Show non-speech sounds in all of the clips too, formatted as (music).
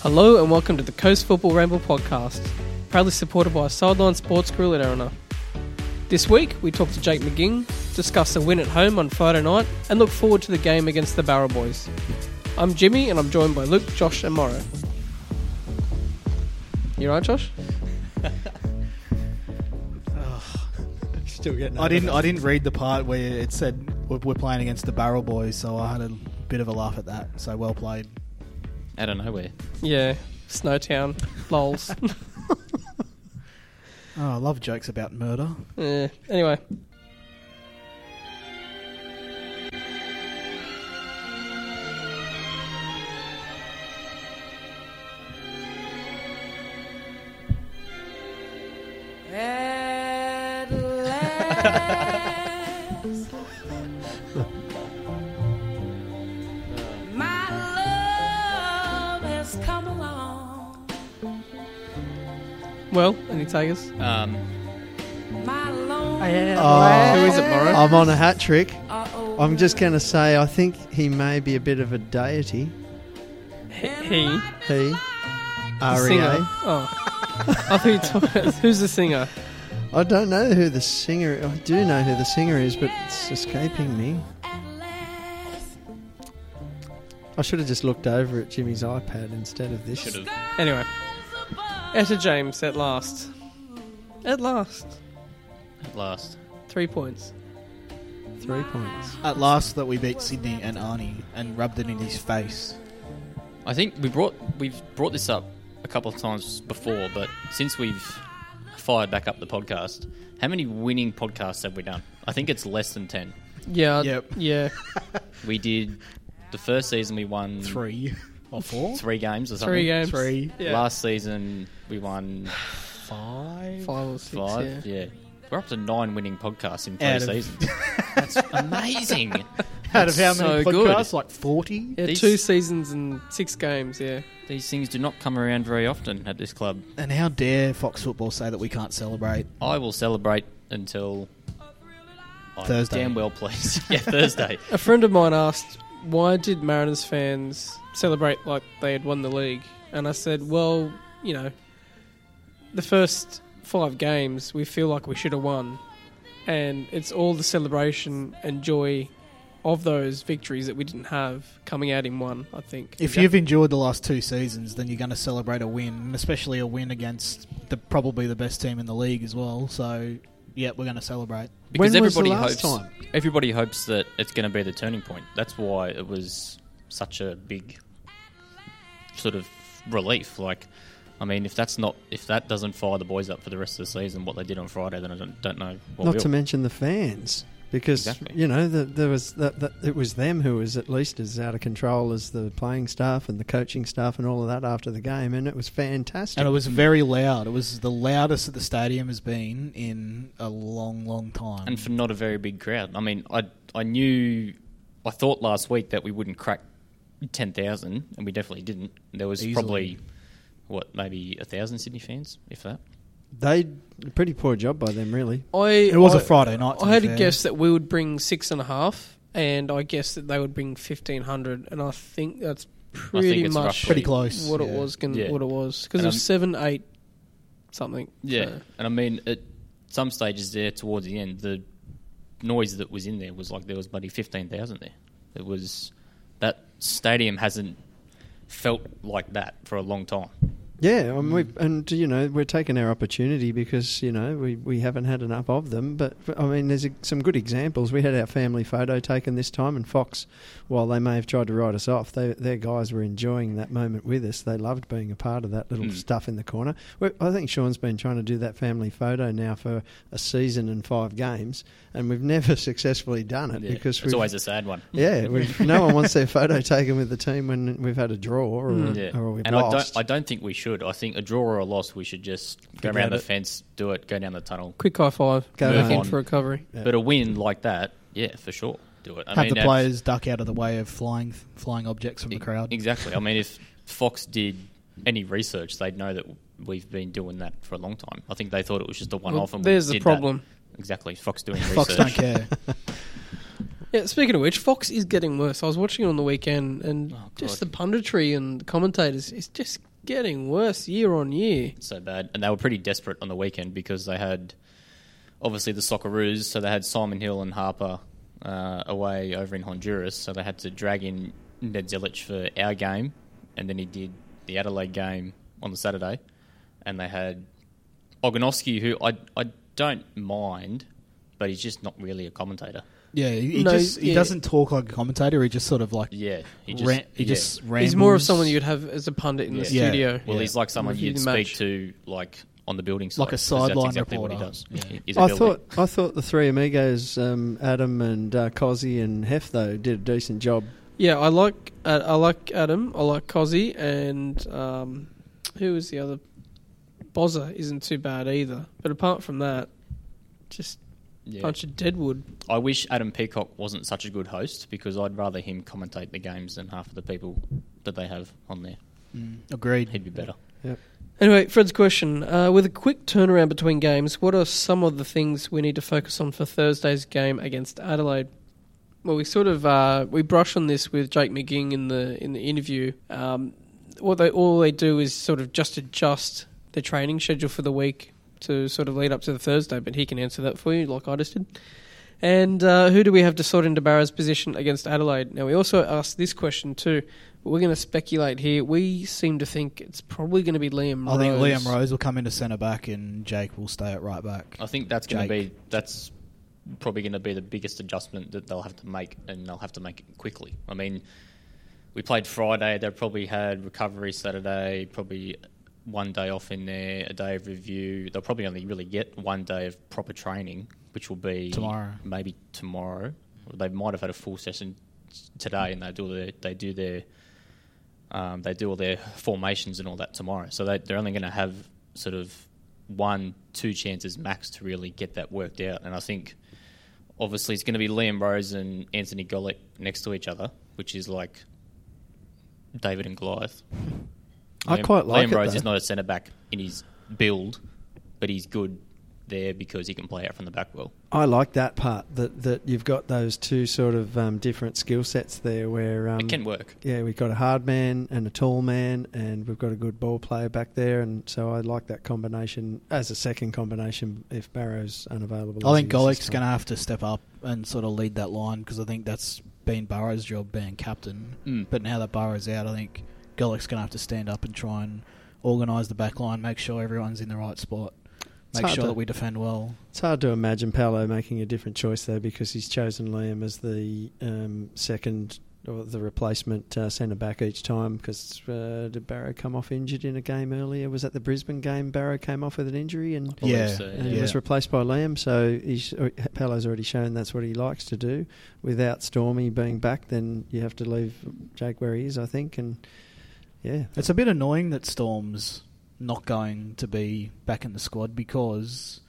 Hello and welcome to the Coast Football Ramble podcast, proudly supported by Sideline Sports Grill at Erina. This week, we talk to Jake McGing, discuss the win at home on Friday night, and look forward to the game against the Barrow Boys. I'm Jimmy, and I'm joined by Luke, Josh, and Morrow. You right, Josh? Still getting. I didn't. I didn't read the part where it said we're, we're playing against the Barrel Boys, so I had a bit of a laugh at that. So well played. Out of nowhere. Yeah, Snowtown, lols. (laughs) Oh, I love jokes about murder. Eh, anyway. My love has come along. Well, any takers? Um, My lonely Who is it, Morrow? I'm on a hat trick. are over. I'm just going to say I think he may be a bit of a deity. He. E He, E The singer. REA. Oh. I thought you talked about- (laughs) Who's the singer? I don't know who the singer. I do know who the singer is, but it's escaping me. At last, I should have just looked over at Jimmy's iPad instead of this. should have. Anyway. as above, Etta James at last. At last. At last. Three points. Three points. At last, that we beat Sydney and Arnie and rubbed it in his face. I think we brought we've brought this up a couple of times before, but since we've fired back up the podcast, how many winning podcasts have we done? I think it's less than ten. Yeah. Yep. (laughs) Yeah. We did the first season we won Three or four? three games or something. Three games. (laughs) Three. Yeah. Last season (sighs) we won Five. five or six. five. yeah. yeah. We're up to nine winning podcasts in three Out of- (laughs) seasons. That's amazing. Out of how That's many so good. podcasts? Like forty. Yeah, These- two seasons and six games. Yeah. These things do not come around very often at this club. And how dare Fox Football say that we can't celebrate? I will celebrate until I'm Thursday. Damn well, please. (laughs) yeah, (laughs) Thursday. A friend of mine asked, "Why did Mariners fans celebrate like they had won the league?" And I said, "Well, you know, the first five games we feel like we should have won, and it's all the celebration and joy." Of those victories that we didn't have coming out in one, I think. If you've endured the last two seasons, then you're going to celebrate a win, and especially a win against the probably the best team in the league as well. So, yeah, we're going to celebrate. Because When was the everybody last hopes time? everybody hopes that it's going to be the turning point. That's why it was such a big sort of relief. Like, I mean, if that's not if that doesn't fire the boys up for the rest of the season, what they did on Friday, then I don't, don't know. What Not will. to mention the fans, because Exactly. you know the, there was that, that it was them who was at least as out of control as the playing staff and the coaching staff and all of that after the game, and it was fantastic. And it was very loud. It was the loudest that the stadium has been in a long, long time. and for not a very big crowd. I mean, I I knew I thought last week that we wouldn't crack ten thousand, and we definitely didn't. There was Easily. probably what maybe a thousand Sydney fans, if that. They pretty poor job by them, really. I, it was a a Friday night. to I be had a fair. guess that we would bring six and a half, and I guess that they would bring fifteen hundred, and I think that's pretty it's much roughly- pretty close. what it yeah. was. Gonna, Yeah. What it was because it And was I'm- seven, eight, something. Yeah, So, and I mean, at some stages there towards the end, the noise that was in there was like there was bloody fifteen thousand there. It was that stadium hasn't felt like that for a long time. Yeah, and, we, and you know we're taking our opportunity because you know we, we haven't had enough of them. But I mean, there's a, some good examples. We had our family photo taken this time, and Fox, while they may have tried to write us off, they, their guys were enjoying that moment with us. They loved being a part of that little Mm. stuff in the corner. we I think Sean's been trying to do that family photo now for a season and five games, and we've never (laughs) successfully done it Yeah, because it's we've, always a sad one. (laughs) yeah, we've, no one wants their photo taken with the team when we've had a draw or, Hmm. Yeah. or we've and lost. I don't I don't think we should. I think a draw or a loss we should just go Forget around the it. fence, do it, go down the tunnel. quick high five. Go back home. in for recovery. Yeah. But a win like that, yeah, for sure. do it. I Have the that's- players duck out of the way of flying flying objects from the crowd. Exactly. I mean, if Fox did any research, they'd know that we've been doing that for a long time. I think they thought it was just a one off. Well, and we there's the did that. problem. Exactly. Fox doing research. Fox don't (laughs) care. Yeah, speaking of which, Fox is getting worse. I was watching it on the weekend, and Oh, God. just the punditry and the commentators is just getting worse year on year. so bad. And they were pretty desperate on the weekend because they had obviously the Socceroos, so they had Simon Hill and Harper uh, away over in Honduras, so they had to drag in Ned Zilic for our game, and then he did the Adelaide game on the Saturday, and they had Ogonoski, who I I don't mind, but he's just not really a commentator. Yeah, he, he No, just he yeah. doesn't talk like a commentator. He just sort of like Yeah, he he just, just- ran, he yeah. just rambles. He's more of someone you'd have as a pundit in the Yeah. Yeah. studio. Well, Yeah. he's like someone Review you'd the speak match. to, like on the building side, Like a 'cause sideline that's exactly reporter. What he does. Yeah. He's a I building. thought I thought the three amigos, um, Adam and uh, Cozzy and Hef, though, did a decent job. Yeah, I like uh, I like Adam, I like Cozzy, and um, who is the other? Bozza isn't too bad either. But apart from that, just Yeah. bunch of deadwood. I wish Adam Peacock wasn't such a good host because I'd rather him commentate the games than half of the people that they have on there. Mm, agreed. He'd be better. Anyway, Fred's question: uh, With a quick turnaround between games, what are some of the things we need to focus on for Thursday's game against Adelaide? Well, we sort of uh, we brush on this with Jake McGing in the in the interview. Um, what they all they do is sort of just adjust their training schedule for the week to sort of lead up to the Thursday. But he can answer that for you, like I just did. And uh, who do we have to sort into Barra's position against Adelaide? Now, we also asked this question too. But we're going to speculate here. We seem to think it's probably going to be Liam I Rose. think Liam Rose will come into centre back and Jake will stay at right back. I think that's going to Jake. be that's probably going to be the biggest adjustment that they'll have to make, and they'll have to make it quickly. I mean, we played Friday. They probably had recovery Saturday. Probably one day off in there, a day of review. They'll probably only really get one day of proper training, which will be Tomorrow. Maybe tomorrow. They might have had a full session today, and they do their they do their um, they do all their formations and all that tomorrow. So they, they're only going to have sort of one, two chances max to really get that worked out. And I think obviously it's going to be Liam Rose and Anthony Golick next to each other, which is like David and Goliath. I quite like Liam it, Rose though. is not a centre back in his build, but he's good there because he can play out from the back well. I like that part that, that you've got those two sort of um, different skill sets there, where um, it can work. Yeah, we've got a hard man and a tall man, and we've got a good ball player back there, and so I like that combination as a second combination if Barrow's unavailable. I think Golick's going to have to step up and sort of lead that line because I think that's been Burrow's job being captain. Mm. But now that Burrow's out, I think Golick's going to have to stand up and try and organise the back line, make sure everyone's in the right spot, It's make hard sure to- that we defend well. It's hard to imagine Paolo making a different choice though, because he's chosen Liam as the um, second or the replacement uh, centre back each time. Because uh, did Barrow come off injured in a game earlier? Was that the Brisbane game? Barrow came off with an injury and. believe Yeah, so, And he was replaced by Liam, so he's, uh, Paolo's already shown that's what he likes to do. Without Stormy being back, then you have to leave Jake where he is, I think. And yeah, It's a bit annoying that Storm's not going to be back in the squad because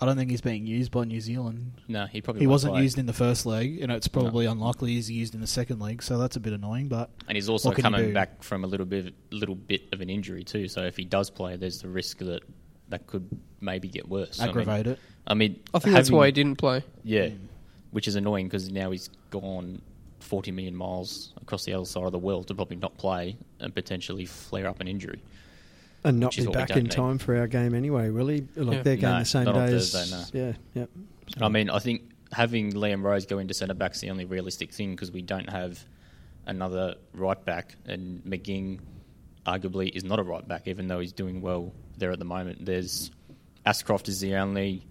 I don't think he's being used by New Zealand. No, he probably He won't wasn't play. used in the first leg, and it's probably unlikely he's used in the second leg, so that's a bit annoying. But And he's also What can you coming do? back from a little bit, little bit of an injury too. So if he does play, there's the risk that that could maybe get worse. aggravate it. I mean, I, mean, I think that's having- why he didn't play. Yeah, which is annoying because now he's gone 40 million miles across the other side of the world to probably not play and potentially flare up an injury. and not Which is be what we back don't in need. time for our game anyway, will he? Like Yeah. their game No, the same not day on as Thursday, yeah, yep. And I mean, I think having Liam Rose go into centre back's the only realistic thing because we don't have another right back, and McGing arguably is not a right back, even though he's doing well there at the moment. There's Ascroft is the only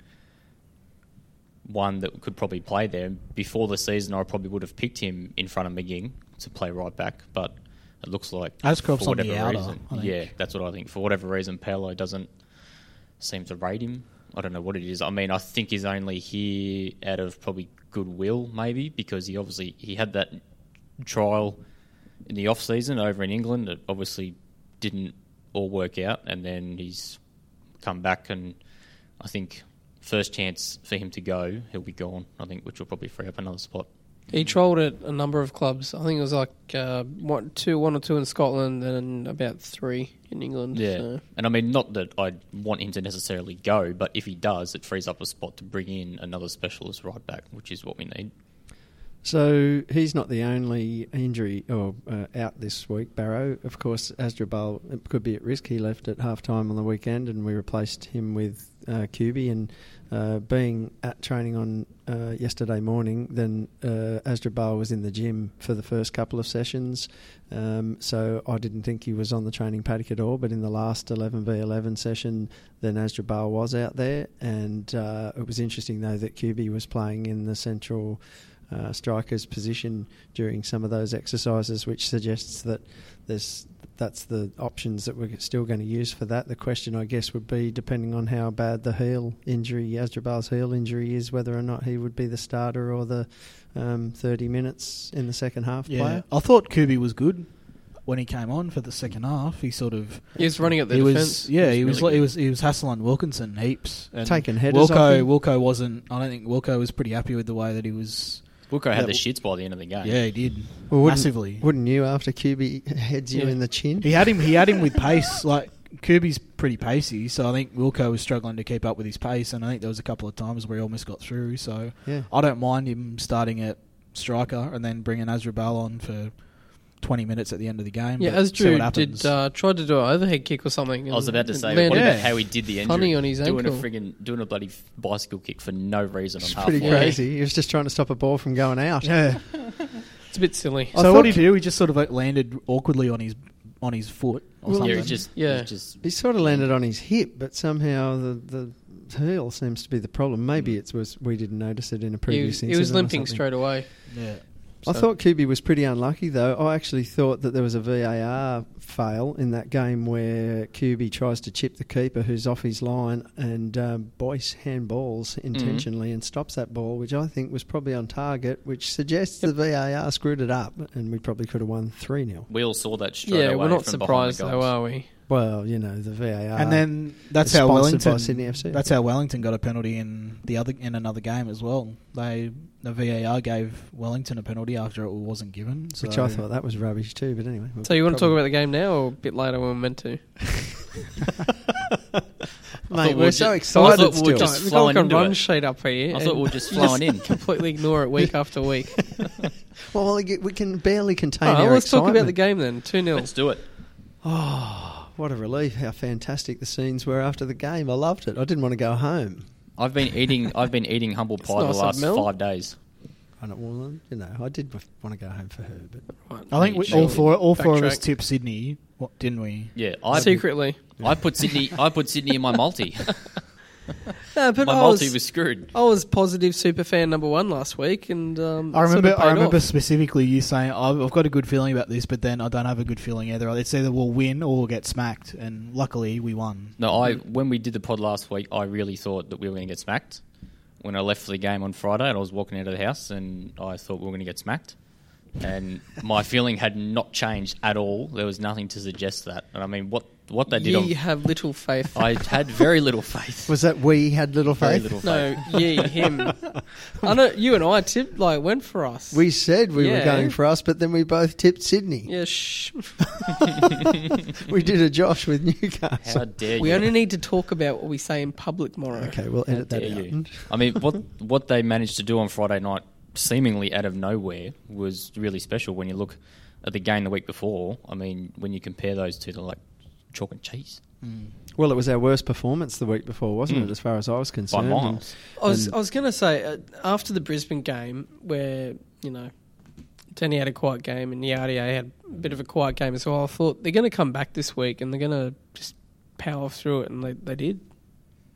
one that could probably play there. Before the season, I probably would have picked him in front of McGing to play right back, but it looks like Ashcroft's for on the whatever outer, reason, I think. yeah, that's what I think. For whatever reason, Paolo doesn't seem to rate him. I don't know what it is. I mean, I think he's only here out of probably goodwill, maybe because he obviously he had that trial in the off season over in England. It obviously didn't all work out, and then he's come back and I think first chance for him to go, he'll be gone. I think, which will probably free up another spot. He trolled at a number of clubs. I think it was like uh, one, two, one or two in Scotland, and about three in England. Yeah, so. and I mean, not that I want him to necessarily go, but if he does, it frees up a spot to bring in another specialist right back, which is what we need. So he's not the only injury or uh, out this week. Barrow, of course, Asdrubal uh, could be at risk. He left at half time on the weekend, and we replaced him with uh, QB. And uh, being at training on uh, yesterday morning, then uh, Asdrubal was in the gym for the first couple of sessions. Um, so I didn't think he was on the training paddock at all. But in the last 11 v 11 session, then Asdrubal was out there, and uh, it was interesting though that QB was playing in the central uh, striker's position during some of those exercises, which suggests that there's that's the options that we're still going to use for that. The question, I guess, would be depending on how bad the heel injury, Yazdrabal's heel injury, is, whether or not he would be the starter or the um, 30 minutes in the second half Yeah, player. I thought Kubi was good when he came on for the second half. He sort of He was running at the he defence. was yeah he was really like he was he was hassling Wilkinson heaps and Taking Uh, headers. off Wilco him. Wilco wasn't. I don't think Wilco was pretty happy with the way that he was. Wilco had Yeah, the shits by the end of the game. Yeah, he did Well, wouldn't- massively. Wouldn't you after QB heads you Yeah. in the chin? He had him. He had him with pace. Like Kirby's pretty pacey, so I think Wilco was struggling to keep up with his pace, and I think there was a couple of times where he almost got through. So Yeah. I don't mind him starting at striker and then bringing Azra Bell on for twenty minutes at the end of the game. Yeah, but as see what Drew happens. did, uh, tried to do an overhead kick or something. I was and- about to and say, landed what Yeah. about how he did the injury? Funny on his doing ankle. a friggin' doing a bloody f- bicycle kick for no reason It's on pretty halfway. crazy. He was just trying to stop a ball from going out. yeah. It's a bit silly. I So what thought- did he do? He just sort of like landed awkwardly on his on his foot or Well, Yeah, something. he just Yeah. he just He sort of landed on his hip, but somehow the, the heel seems to be the problem. Maybe it was we didn't notice it in a Mm. He, previous he incident. was or limping something. straight away. yeah. I so- thought QB was pretty unlucky, though. I actually thought that there was a VAR fail in that game where QB tries to chip the keeper who's off his line, and um, Boyce handballs intentionally Mm-hmm. and stops that ball, which I think was probably on target, which suggests the VAR screwed it up, and we probably could have won 3 0. we all saw that straight yeah, away. we're not from behind surprised the though, goals. are we? Well, you know, the VAR. and then that's it's how sponsored Wellington. by Sydney FC. That's how Wellington got a penalty in the other in another game as well. They the VAR gave Wellington a penalty after it wasn't given. So Which I thought that was rubbish too, but anyway. So you want to talk about the game now or a bit later when we're meant to? I Mate, thought we're we'll so ju- I excited thought we'll still. just We've got like flowing a into run it. sheet up here. I and thought we (laughs) were just you just flowing in. (laughs) Completely ignore it week after week. Well, we get- we can barely contain All right, our let's talk about the excitement. game then. 2 0. Let's do it. Oh, what a relief! How fantastic the scenes were after the game. I loved it. I didn't want to go home. I've been eating I've been eating humble pie nice the of last Mel. five days. I don't well, um, you know, I did want to go home for her, but I think we, Surely. all four all four of us Backtrack. tipped Sydney, what, didn't we? Yeah, I Secretly. I put Sydney I put Sydney in (laughs) my multi. No, but my I multi was, was screwed. I was positive superfan number one last week, and um, I it sort of remember. I paid remember off. specifically you saying, "I've I've got a good feeling about this," but then I don't have a good feeling either. It's either we'll win or we'll get smacked, and luckily we won. No, I Mm-hmm. when we did the pod last week, I really thought that we were going to get smacked. When I left for the game on Friday, and I was walking out of the house, and I thought we were going to get smacked. (laughs) And my feeling had not changed at all. There was nothing to suggest that. And I mean, what what they did Ye on have little faith. I had very little faith. was that we had little faith? very little (laughs) faith. no, ye (laughs) him. I know you and I tipped like went for us. We said we were Yeah. going for us, but then we both tipped Sydney. yeah, shh. (laughs) We did a Josh with Newcastle. How dare we you? only need to talk about what we say in public, Morrow. okay, we'll edit How that dare out. you. I mean, (laughs) what what they managed to do on Friday night, seemingly out of nowhere, was really special. When you look at the game the week before, I mean, when you compare those two, they're like chalk and cheese. Well, it was our worst performance the week before, wasn't Mm. it? As far as I was concerned, And miles. I was, And- I was going to say, uh, after the Brisbane game, where, you know, Tenny had a quiet game and Yardia had a bit of a quiet game as well, I thought they're going to come back this week and they're going to just power through it, and they, they did.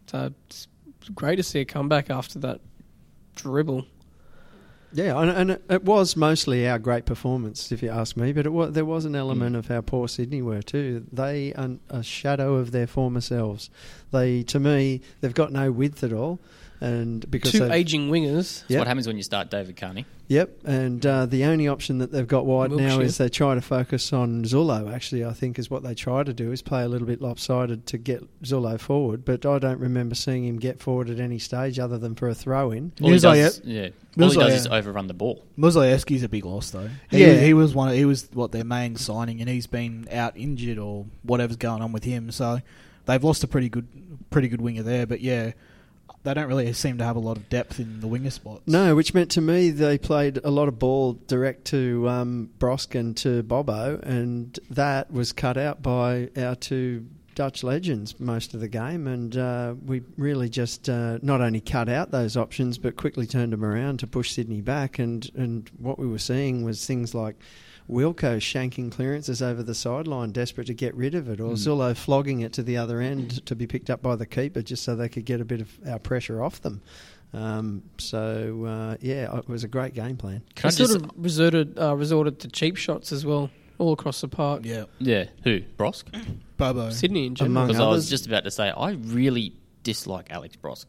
So it's great to see a comeback after that dribble. Yeah, and, and it, it was mostly our great performance, if you ask me. But it was, there was an element of how poor Sydney were too. They are a shadow of their former selves. They, to me, they've got no width at all. and because Two they've- aging wingers. That's Yep. what happens when you start David Carney. Yep, and uh, the only option that they've got wide now Wiltshire. is they try to focus on Zullo. Actually, I think is what they try to do is play a little bit lopsided to get Zullo forward. But I don't remember seeing him get forward at any stage other than for a throw in. All he does, Musayev- yeah, all he does Musayev. is overrun the ball. Mozayeski's a big loss though. He, Yeah. he was one. He was what their main signing, and he's been out injured or whatever's going on with him. So they've lost a pretty good, pretty good winger there. But yeah, they don't really seem to have a lot of depth in the winger spots. No, which meant to me they played a lot of ball direct to um, Brosk and to Bobo, and that was cut out by our two Dutch legends most of the game. And uh, we really just uh, not only cut out those options, but quickly turned them around to push Sydney back. And, and what we were seeing was things like Wilco shanking clearances over the sideline, desperate to get rid of it, or Zullo flogging it to the other end to be picked up by the keeper just so they could get a bit of our pressure off them. Um, so uh, yeah, it was a great game plan. They Can I sort just, of resorted, uh, resorted to cheap shots as well, all across the park. Yeah, yeah, who Brosk? Bobo. Sydney in general. Among Because I was others. just about to say I really dislike Alex Brosk.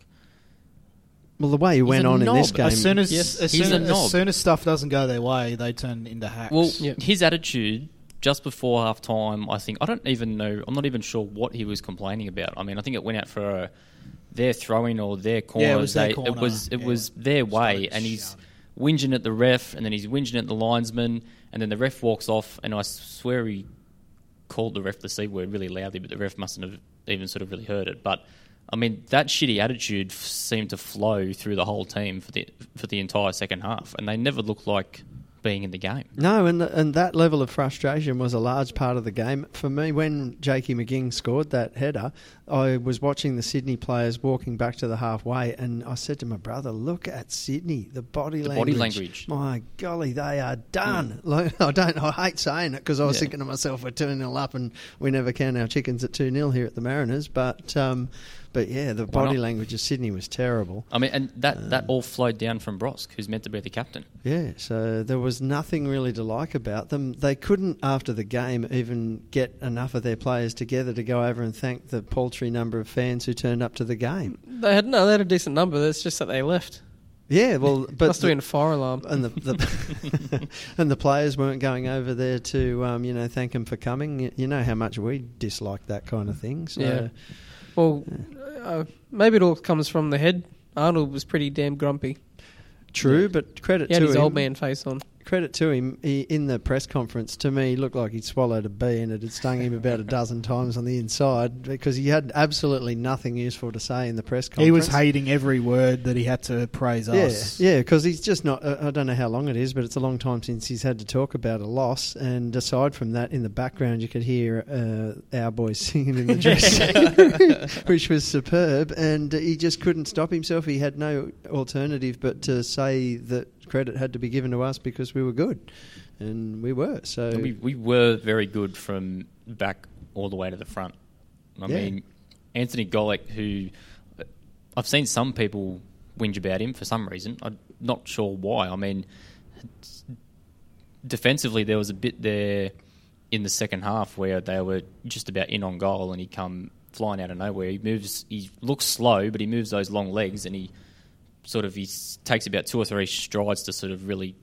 Well, the way he went a on in this knob. game, As soon as Yes, as, he's soon, a knob. as soon as stuff doesn't go their way, they turn into hacks. Well, Yeah. his attitude just before half time, I think, I don't even know, I'm not even sure what he was complaining about. I mean, I think it went out for a, their throwing or their corner. was their They- It corner, was, it yeah. was their way, Started and he's shouting. whinging at the ref, and then he's whinging at the linesman, and then the ref walks off, and I swear he called the ref the C word really loudly, but the ref mustn't have even sort of really heard it. But I mean, that shitty attitude f- seemed to flow through the whole team for the for the entire second half, and they never looked like being in the game. no, and th- and that level of frustration was a large part of the game for me. When Jakey McGing scored that header, I was watching the Sydney players walking back to the halfway, and I said to my brother, "Look at Sydney, the body The language. body language. Mm. My golly, they are done. Like, (laughs) I don't. I hate saying it because I was Yeah. thinking to myself, we're two 0 up, and we never count our chickens at two 0 here at the Mariners. But um, but yeah, the Why body not? language of Sydney was terrible. I mean, and that, that all flowed down from Brosk, who's meant to be the captain. Yeah, so there was nothing really to like about them. They couldn't, after the game, even get enough of their players together to go over and thank the paltry number of fans who turned up to the game. They had no, they had a decent number. That's just that they left. Yeah, (laughs) well, but Must have been a fire alarm. and the, the (laughs) and the players weren't going over there to um, you know thank them for coming. You, you know how much we dislike that kind of thing. So Yeah. Well, uh, maybe it all comes from the head. Arnold was pretty damn grumpy. true, but credit He had to his him, old man face on. credit to him, he, in the press conference, to me, he looked like he'd swallowed a bee and it had stung him about (laughs) a dozen times on the inside because he had absolutely nothing useful to say in the press conference. he was hating every word that he had to praise Yeah, us. yeah, because he's just not. Uh, I don't know how long it is, but it's a long time since he's had to talk about a loss. And aside from that, in the background, you could hear uh, our boys (laughs) singing in the dressing, (laughs) which was superb. And he just couldn't stop himself. He had no alternative but to say that credit had to be given to us because we were good, and we were. So We, we were very good from back all the way to the front. I Yeah. mean, Anthony Golick, who I've seen some people whinge about him for some reason. I'm not sure why. I mean, defensively, there was a bit there in the second half where they were just about in on goal, and he come flying out of nowhere. He moves. He looks slow, but he moves those long legs, and he sort of he s- takes about two or three strides to sort of really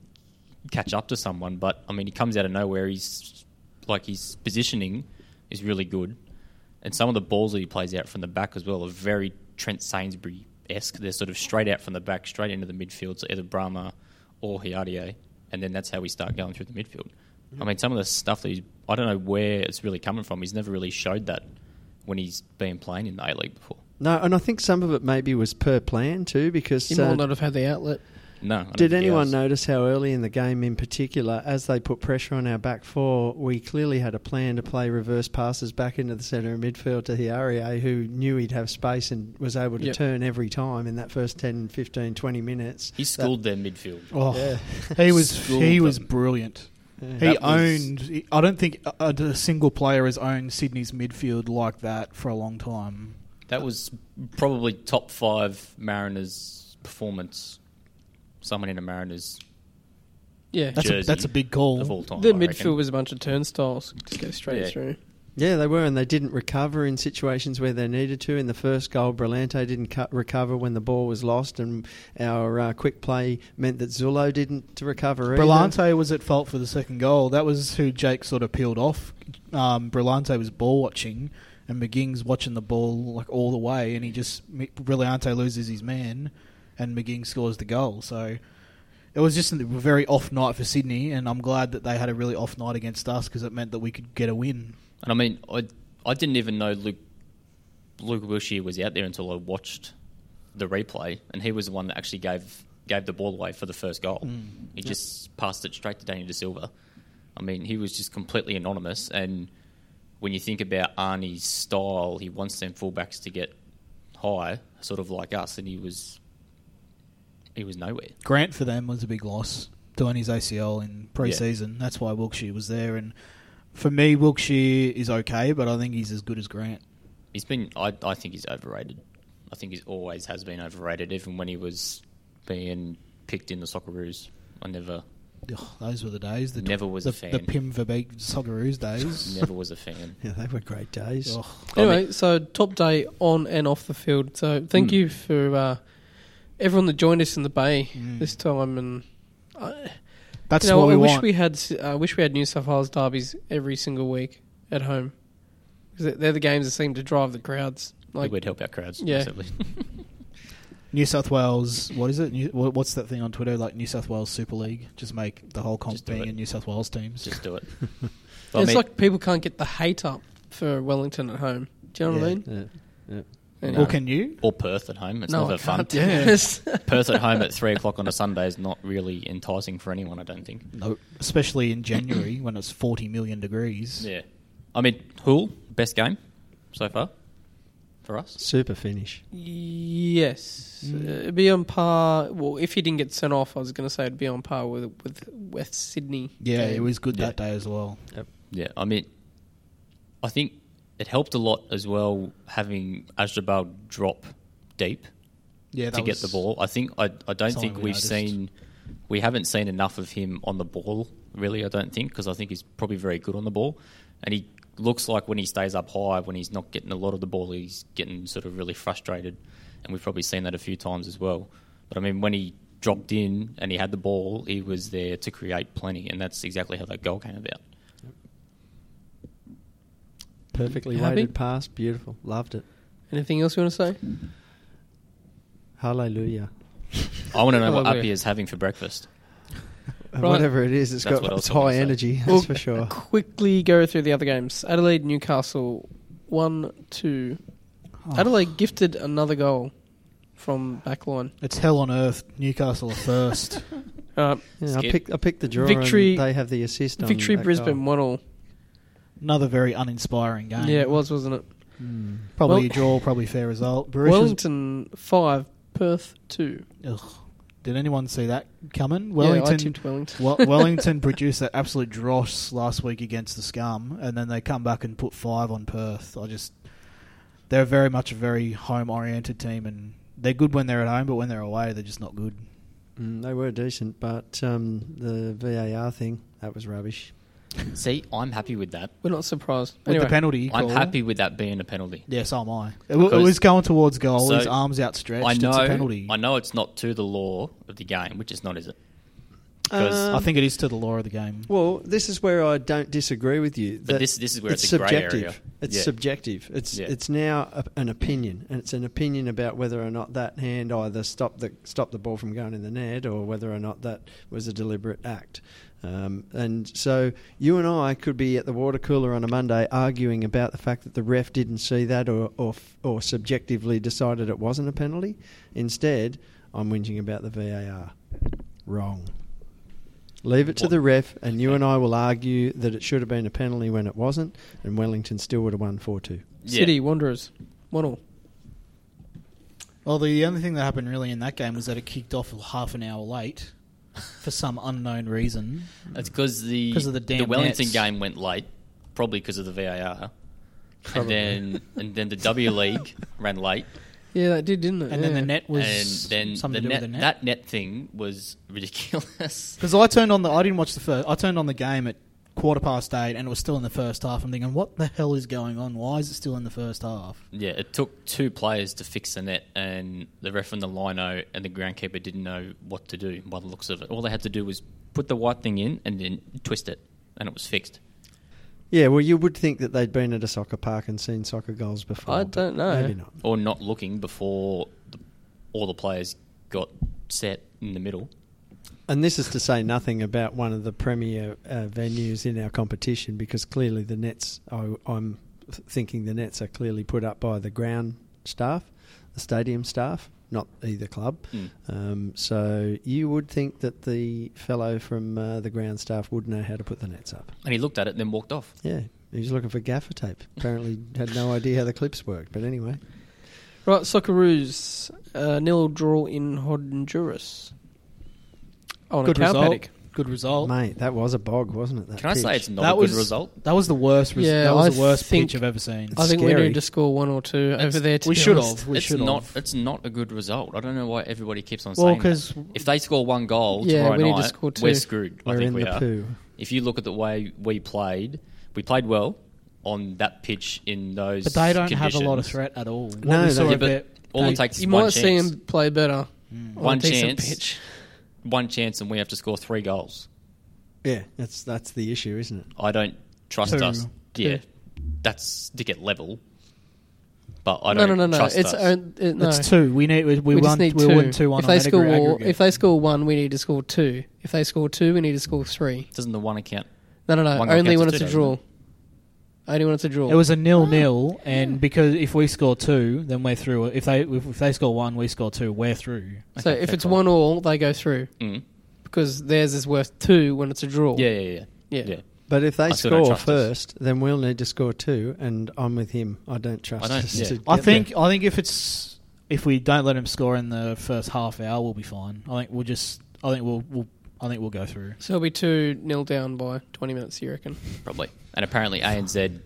catch up to someone. But I mean, he comes out of nowhere. He's like his positioning is really good, and some of the balls that he plays out from the back as well are very Trent Sainsbury esque. They're sort of straight out from the back, straight into the midfield, so either Brahma or Hiardia, and then that's how we start going through the midfield. I mean, some of the stuff that he's, I don't know where it's really coming from. He's never really showed that when he's been playing in the A League before. no, and I think some of it maybe was per plan too, because He uh, might not have had the outlet. No. I don't Did think he anyone has. notice how early in the game, in particular, as they put pressure on our back four, we clearly had a plan to play reverse passes back into the centre of midfield to Hiarie, who knew he'd have space and was able to Yep. turn every time in that first 10, 15, 20 minutes. He schooled their midfield. Oh, Yeah. he was Schooled he was them. brilliant. Yeah. He That was- owned. I don't think a, a single player has owned Sydney's midfield like that for a long time. That was probably top five Mariners performance. Someone in a Mariners Yeah. That's a, Jersey that's a big call. of all time. the I midfield reckon. was a bunch of turnstiles. Just go straight Yeah. through. Yeah, they were, and they didn't recover in situations where they needed to. In the first goal, Brillante didn't cut, recover when the ball was lost, and our uh, quick play meant that Zullo didn't recover either. Brillante was at fault for the second goal. That was who Jake sort of peeled off. Um, Brillante was ball watching, and McGing's watching the ball like all the way, and he just M- Brillante loses his man, and McGing scores the goal. So it was just a very off night for Sydney, and I'm glad that they had a really off night against us because it meant that we could get a win. And I mean, I I didn't even know Luke Luke Wilshere was out there until I watched the replay, and he was the one that actually gave gave the ball away for the first goal. He just passed it straight to Daniel De Silva. I mean, he was just completely anonymous. And when you think about Arnie's style, he wants them fullbacks to get high, sort of like us, and he was he was nowhere. Grant for them was a big loss, doing his ACL in pre-season. That's why Wilkshire was there, and for me, Wilkshire is okay, but I think he's as good as Grant. He's been. I, I think he's overrated. I think he's always has been overrated. Even when he was being picked in the Socceroos, I never Ugh, those were the days. The Never was the, a The fan. Pim Verbeek Socceroos (laughs) days. (laughs) never was a fan. Yeah, they were great days. Ugh. Anyway, so top day on and off the field. So thank Hmm. you for uh, everyone that joined us in the bay Mm. this time. And I, That's you know, what I we wish want. we had. s- I wish we had New South Wales derbies every single week at home because they're the games that seem to drive the crowds. Like, Like it would help our crowds. Yeah. massively. (laughs) New South Wales. What is it? New, wha- what's that thing on Twitter? Like New South Wales Super League. Just make the whole comp Just do being it. in New South Wales teams. (laughs) just do it. But I it's mean, like people can't get the hate up for Wellington at home. Do you know what I Yeah. mean? Yeah, yeah. No. Well, can you? or Perth at home. It's never fun. do this. (laughs) Perth at home at three o'clock on a Sunday is not really enticing for anyone. I don't think. No, especially in January when it's forty million degrees. Yeah. I mean, Hool best game so far for us. Super finish. Yes, Mm. Uh, it'd be on par. Well, if he didn't get sent off, I was going to say it'd be on par with with West Sydney. Yeah, game. it was good Yeah. that day as well. Yeah. I mean, I think it helped a lot as well having Asdrubal drop deep. Yeah, to get the ball. I think I, I don't something think we we've noticed. seen we haven't seen enough of him on the ball really. I don't think because I think he's probably very good on the ball, and he looks like when he stays up high when he's not getting a lot of the ball, he's getting sort of really frustrated, and we've probably seen that a few times as well. But I mean, when he dropped in and he had the ball, he was there to create plenty, and that's exactly how that goal came about. Perfectly Happy? weighted pass. Beautiful. Loved it. Anything else you want to say? Hallelujah. I want to know Oh, what yeah. Appy is having for breakfast. And Right. Whatever it is, it's That's what got I was it's gonna high say. energy, that's Well, (laughs) for sure. Quickly go through the other games. Adelaide, Newcastle, one, two. Oh. Adelaide gifted another goal from backline. It's hell on earth. Newcastle (laughs) are first. Uh, Yeah, I Skip. picked I picked the draw Victory- and they have the assist on victory, that Brisbane, goal. one all. Another very uninspiring game. Yeah, it was, wasn't it? Hmm. probably Well- a draw, probably fair result. Barisha's Wellington five, Perth two. Ugh. Did anyone see that coming? yeah, I Wellington, tipped Wellington. (laughs) Wel- Wellington produced that absolute dross last week against the Scum, and then they come back and put five on Perth. I just, they're very much a very home-oriented team, and they're good when they're at home, but when they're away, they're just not good. Mm, they were decent, but um, the VAR thing that was rubbish. See, I'm happy with that. We're not surprised. With Anyway, the penalty, I'm call- happy with that being a penalty. Yeah, so am I. It, w- it Because- was going towards goal. So, his arms outstretched. I know. it's a penalty. I know it's not to the law of the game, which is not, is it? Because Um, I think it is to the law of the game. Well, this is where I don't disagree with you. But this- this is where it's a grey subjective. area. It's Yeah. subjective. It's Yeah. it's now a, an opinion, and it's an opinion about whether or not that hand either stopped the stopped the ball from going in the net, or whether or not that was a deliberate act. Um, and so you and I could be at the water cooler on a Monday arguing about the fact that the ref didn't see that, or or, f- or subjectively decided it wasn't a penalty. Instead, I'm whinging about the VAR. Wrong. Leave it to What- the ref, and you and I will argue that it should have been a penalty when it wasn't, and Wellington still would have won 4 2. yeah. City Wanderers, one all. Well, the only thing that happened really in that game was that it kicked off half an hour late for some unknown reason. That's because the 'Cause of the damn Wellington nets. game went late, probably because of the VAR, Probably. and then and then the W League ran late, Yeah, that did, didn't it? And then Yeah. the net was and then the something to do net, with the net. that net thing was ridiculous. Because I turned on the, I didn't watch the first. I turned on the game at quarter past eight, and it was still in the first half. I'm thinking, what the hell is going on? Why is it still in the first half? Yeah, it took two players to fix the net, and the ref and the lino and the groundkeeper didn't know what to do by the looks of it. All they had to do was put the white thing in and then twist it, and it was fixed. Yeah, well, you would think that they'd been at a soccer park and seen soccer goals before. I but don't know. Maybe not. Or not looking before the, all the players got set in the middle. And this is to say nothing about one of the premier uh, venues in our competition because clearly the nets, I, I'm thinking the nets are clearly put up by the ground staff, the stadium staff, not either club. Mm. Um, so you would think that the fellow from uh, the ground staff would know how to put the nets up. And he looked at it and then walked off. Yeah, he was looking for gaffer tape. Apparently had no idea how the clips worked. But anyway, Right, Socceroos uh, nil draw in Honduras. On Good a cow result. paddock. Good result. mate, that was a bog, wasn't it? That Can I say pitch? it's not That a good was- result? That was the worst. Res- Yeah, that was I the worst think- pitch I've ever seen. I think we scary. need to score one or two It's- over there. To we be should honest. have. We it's should not. have. It's not a good result. I don't know why everybody keeps on Well, saying. that. because if they score one goal Yeah, tomorrow we need to night, score two. we're screwed. I We're think in we the are. poo. If you look at the way we played, we played well on that pitch in those. but they don't have a lot of conditions. threat at all. What No, we they- saw Yeah, of but it- all they- it takes is You one might chance. see him play better. Hmm. on a One decent chance. Pitch. One chance, and we have to score three goals. Yeah, that's that's the issue, isn't it? I don't trust Two. us. Yeah, Two. that's to get level. But I No, don't no, no, no. trust It's us. own- it, no. It's two. We need. We, we, just won. need we two. won two one. if on they an score, aggregate. if they score one, we need to score two. If they score two, we need to score three. Doesn't the one account? No, no, no. One goal only counts when as it's two, a doesn't draw. it? Only when it's a draw. It was a nil nil, and because if we score two, then we're through. If they if, if they score one, we score two, we're through. so Okay, if fair it's call. one all, they go through Mm. because theirs is worth two when it's a draw. Yeah, yeah, yeah, yeah. yeah. But if they I still don't score trust us. first, then we'll need to score two, and I'm with him. I don't trust I don't- us yeah. to I get think I think if it's if we don't let them score in the first half hour, we'll be fine. I think we'll just. I think we'll. we'll I think we'll go through. So it'll be two nil down by twenty minutes. You reckon? Probably. And apparently ANZ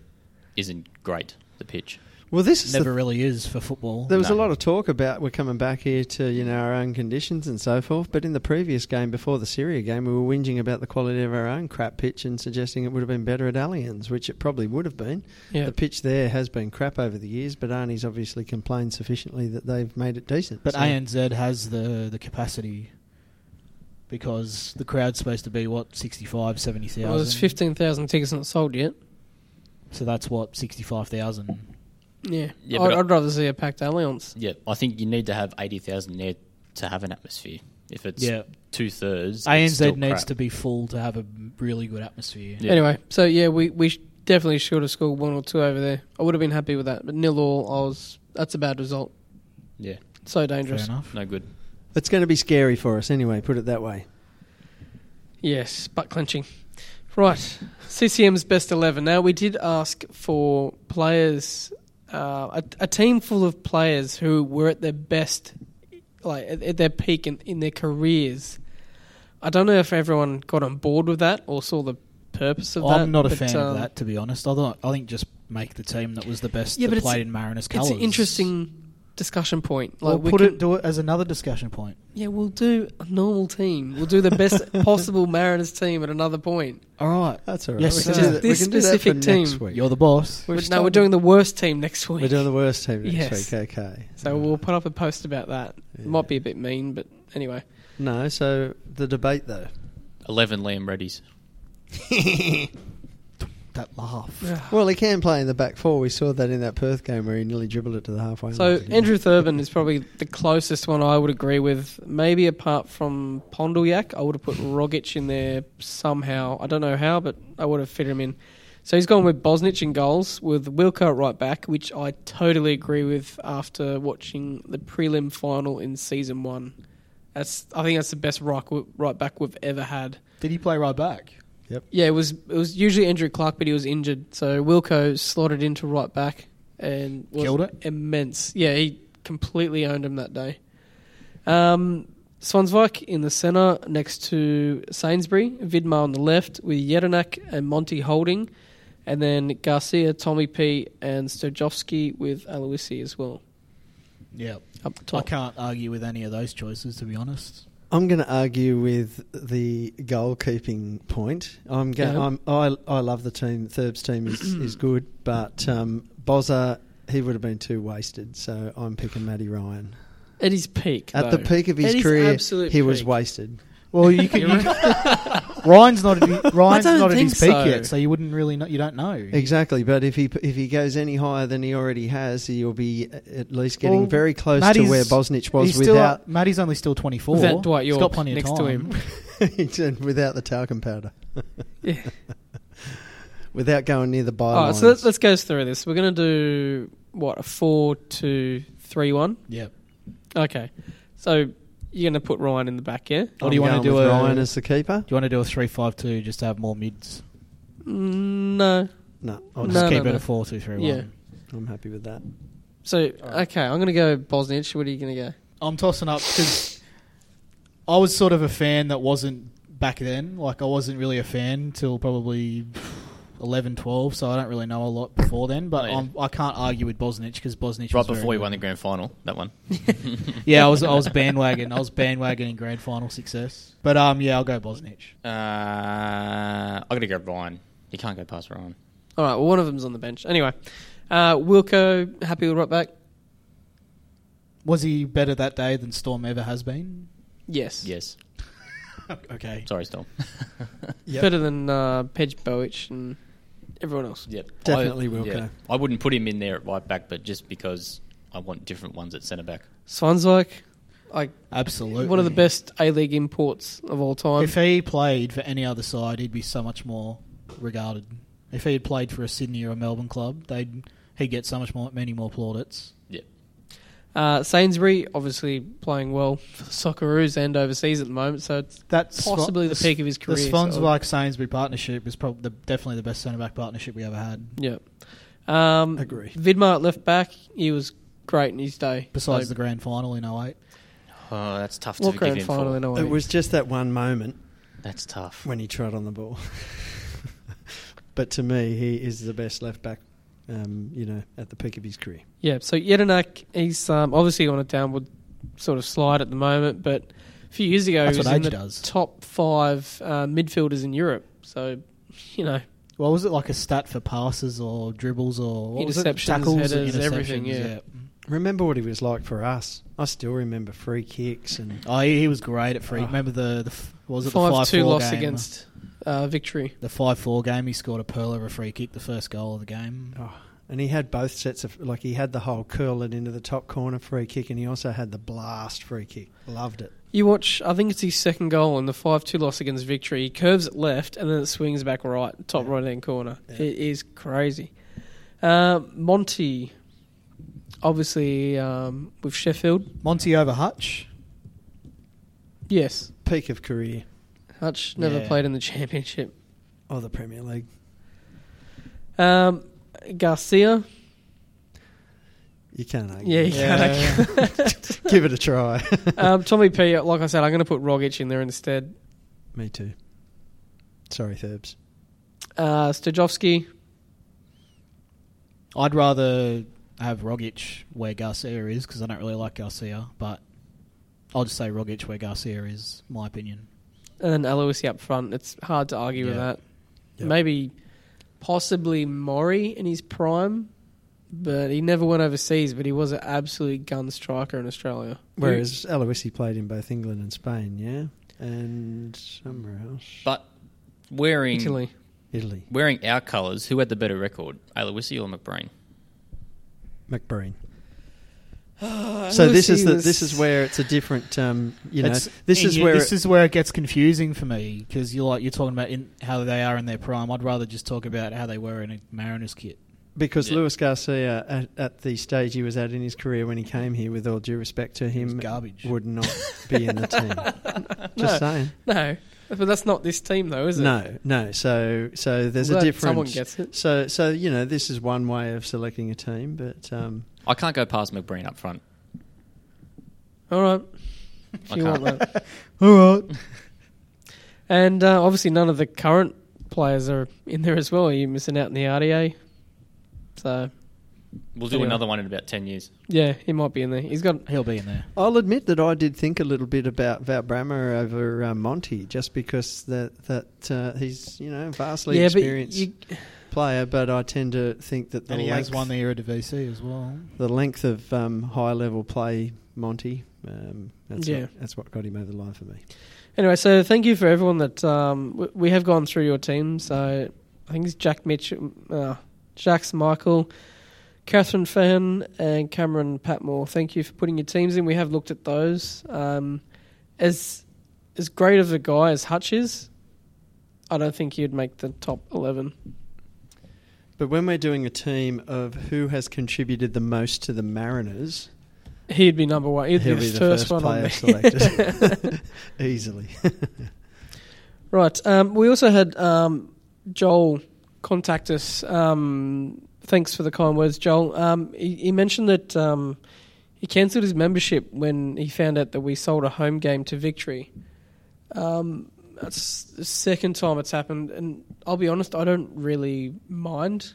isn't great. The pitch. there. Well, this is the- Never really is for football. there was No. a lot of talk about we're coming back here to you know our own conditions and so forth. But in the previous game before the Syria game, we were whinging about the quality of our own crap pitch and suggesting it would have been better at Allianz, which it probably would have been. Yeah. The pitch there has been crap over the years, but Arnie's obviously complained sufficiently that they've made it decent. But So- ANZ has the the capacity because the crowd's supposed to be what 65, 70,000. Well, there's fifteen thousand tickets not sold yet. So that's what sixty five thousand. Yeah. Yeah, I'd, but I- I'd rather see a packed alliance. Yeah, I think you need to have eighty thousand there to have an atmosphere. If it's Yeah. two thirds, ANZ needs to be full to have a really good atmosphere. Yeah. Anyway, so yeah, we we sh- definitely should have scored one or two over there. I would have been happy with that, but nil all. I was. That's a bad result. Yeah, So Fair dangerous. enough. no good. it's going to be scary for us anyway. Put it that way. Yes, butt clenching. Right, CCM's best eleven. Now we did ask for players, uh, a, a team full of players who were at their best, like at, at their peak in, in their careers. I don't know if everyone got on board with that or saw the purpose of that. Oh, I'm not a but, fan um, of that, to be honest. I thought I think just make the team that was the best Yeah, that but it's- played in Mariners It's colours. an interesting discussion point. Well, Like we put can, it do it as another discussion point. yeah, we'll do a normal team. We'll do the (laughs) best possible Mariners team at another point. All right, That's all right. Yes, we can sir. do that, This we can do that for specific next team. week. you're the boss. We've But no, we're started- doing the worst team next week. We're doing the worst team next Yes. week. Okay. So we'll put up a post about that. It Might be a bit mean, but anyway. No, so the debate though. Eleven Liam Reddies. That laugh. Well, he can play in the back four. We saw that in that Perth game where he nearly dribbled it to the halfway line. So didn't he? Andrew Thurbin is probably the closest one I would agree with. Maybe apart from Pondelyak, I would have put Rogic in there somehow. I don't know how, but I would have fit him in. So he's gone with Bosnich in goals, with Wilco at right back, which I totally agree with after watching the prelim final in season one. That's I think that's the best right, right back we've ever had. Did he play right back? Yeah, it was it was usually Andrew Clark, but he was injured, so Wilco slotted into right back and was Killed it? immense. Yeah, he completely owned him that day. Um, Swansvik in the centre next to Sainsbury, Vidmar on the left with Yedinak and Monty holding, and then Garcia, Tommy P, and Stojovski with Aloisi as well Yeah, up I top. can't argue with any of those choices, to be honest. I'm going to argue with the goalkeeping point. I'm going. Yeah. I'm, I I love the team. Thurb's team (clears throat) is, is good, but um, Bozza he would have been too wasted. So I'm picking Matty Ryan. At his peak, At the though. peak of his At his career, absolute he was peak. wasted. Well, you (laughs) could. You, (laughs) Ryan's not at (laughs) his, Ryan's don't not at his think peak so. yet, so you wouldn't really know. You don't know. Exactly, but if he if he goes any higher than he already has, he'll be at least getting Well, very close to Matty's- where Bosnich was He's still, without Matty's only still twenty four. Without Dwight He's York got plenty of next time. to him. (laughs) (laughs) without the talcum powder, yeah. without going near the All byline. Oh, right, so let's, let's go through this. We're going to do what a four, two, three, one. Yeah. Okay, so you're going to put Ryan in the back, yeah? Or do you want to do uh, a? Ryan do as the keeper? you want to do a three five two just to have more mids? Mm, No. No, Or I'm, just No, keep no, it no. a four two three one. Yeah. I'm happy with that. So okay, I'm going to go Bosnich. What are you going to go? I'm tossing up because I was sort of a fan that wasn't back then. Like I wasn't really a fan till probably 11, 12, so I don't really know a lot before then. But Oh, yeah. I'm, I can't argue with Bosnich because Bosnich Right was before very he won the good. grand final, that one. Yeah, I was (laughs) I was bandwagon. I was bandwagoning grand final success. But um, yeah, I'll go Bosnich. Uh, I gotta go Ryan. He can't go past Ryan. All right, well, one of them's on the bench. Anyway, uh, Wilco, happy with right back? Was he better that day than Storm ever (laughs) has been? Yes. Yes. Okay. Sorry, Storm. (laughs) Better than uh, Pej Boic and everyone else. Yep. Definitely I, Wilco. I wouldn't put him in there at right back, but just because I want different ones at centre back. Swanswijk, like Absolutely. one of the best A League imports of all time. If he played for any other side, he'd be so much more regarded. If he had played for a Sydney or a Melbourne club, they'd he'd get so much more many more plaudits. Yep. Uh, Sainsbury, obviously playing well for the Socceroos and overseas at the moment, so it's That's possibly the peak of his career. The so- Swanswijk Sainsbury partnership is probably the, definitely the best centre back partnership we ever had. Yeah. Um, Agree. Vidmar at left back, he was great in his day. Besides So- the grand final in 08. Oh, that's tough to what forgive grand him final for. in a way. It was just that one moment That's tough. when he trod on the ball. (laughs) but to me, he is the best left back. Um, you know, at the peak of his career. Yeah, so Yedinak, he's um, obviously on a downward sort of slide at the moment, but a few years ago That's he was what in age the does. top five uh, midfielders in Europe. So, you know, Well, was it like a stat for passes or dribbles or what was it? Interceptions, tackles and headers, everything, interceptions, yeah. Remember what he was like for us. I still remember free kicks and Oh, he, he was great at free. Oh. Remember the, the f- what was it the 5 five 2 four Ah. loss game? against uh, Victory. the five four game. He scored a pearl of a free kick, the first goal of the game. oh, and he had both sets of like he had the whole curl it into the top corner free kick, and he also had the blast free kick. Loved it. You watch, I think it's his second goal in the 5 2 loss against Victory. He curves it left and then it swings back right, top right hand corner. It is crazy. Uh, Monty, obviously um, with Sheffield. Monty over Hutch. Yes. Peak of career Hutch never Yeah. played in the (laughs) championship. or the Premier League. Um, Garcia. You can't argue. Yeah, you Yeah. (laughs) can't. give it a try. (laughs) (laughs) um, Tommy P. Like I said, I'm going to put Rogic in there instead. Me too. Sorry, Thurbs. Uh, Stojovski. I'd rather have Rogic where Garcia is because I don't really like Garcia, but I'll just say Rogic where Garcia is, my opinion. and then Aloisi up front. It's hard to argue with Yeah. that. Yeah. Maybe, possibly Mori in his prime, but he never went overseas. But he was an absolute gun striker in Australia. Whereas Aloisi played in both England and Spain, yeah, and somewhere else, But wearing Italy. Italy. wearing our colours, who had the better record, Aloisi or McBrain? McBreen. Uh, so this is the, this is (laughs) where it's a different, um, you know, It's- this is you- where this it- is where it gets confusing for me because you're like you're talking about in, how they are in their prime. I'd rather just talk about how they were in a Mariners kit. because Yeah. Luis Garcia at, at the stage he was at in his career when he came here, with all due respect to him, garbage. would not be in (laughs) the team. Just saying, No, but that's not this team though, is it? no, no. So so there's Glad a difference. Someone gets it. So so you know this is one way of selecting a team, but um, I can't go past McBrain up front. All right. (laughs) I If you want can't. that. All right. And uh, obviously, none of the current players are in there as well. You're missing out on the RDA. So, We'll do Anyway. another one in about ten years. Yeah, he might be in there. He's got. He'll be in there. I'll admit that I did think a little bit about Val Brammer over uh, Monty, just because that that uh, he's you know vastly yeah, but experienced you, player, but I tend to think that the and he length has won the Eredivisie as well. the length of um, high level play Monty. Um, that's Yeah. what, that's what got him over the line for me. Anyway, so thank you for everyone that um, w- we have gone through your team. So I think it's Jack Mitchell, uh, Jax Michael, Catherine Fan, and Cameron Patmore. Thank you for putting your teams in. We have looked at those. Um, as as great of a guy as Hutch is, I don't think he'd make the top eleven. But when we're doing a team of who has contributed the most to the Mariners, He'd be number one. He'd he'll be, the, first, one on player there. (laughs) selected (laughs) easily. (laughs) Right. Um, we also had um, Joel contact us. Um, thanks for the kind words, Joel. Um, he, he mentioned that um, he cancelled his membership when he found out that we sold a home game to Victory. Um, that's the second time it's happened, and I'll be honest, I don't really mind.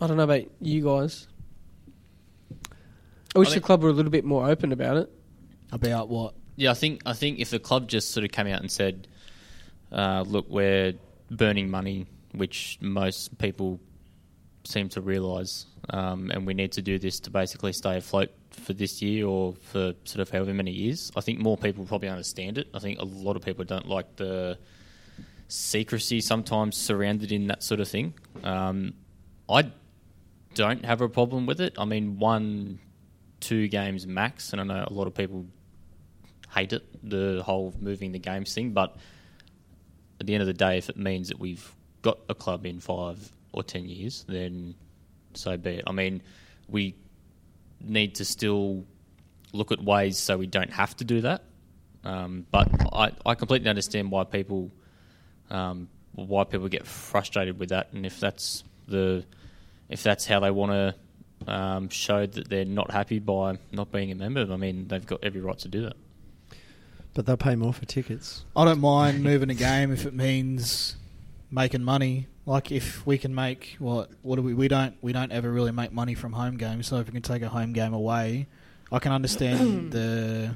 I don't know about you guys. I wish I the think- club were a little bit more open about it. About what? Yeah, I think I think if the club just sort of came out and said, uh, "Look, we're burning money," which most people seem to realise, um, and we need to do this to basically stay afloat for this year or for sort of however many years. I think more people probably understand it. I think a lot of people don't like the secrecy sometimes surrounded in that sort of thing. Um, I don't have a problem with it. I mean, one, two games max, and I know a lot of people hate it, the whole moving the games thing. But at the end of the day, if it means that we've got a club in five or ten years, then so be it. I mean, we need to still look at ways so we don't have to do that. Um, but I, I completely understand why people um, why people get frustrated with that, and if that's the if that's how they want to um, show that they're not happy by not being a member, I mean they've got every right to do that. but they'll pay more for tickets. I don't mind moving a game if it means making money. Like if we can make what what do we we don't we don't ever really make money from home games, so if we can take a home game away, I can (clears throat) understand the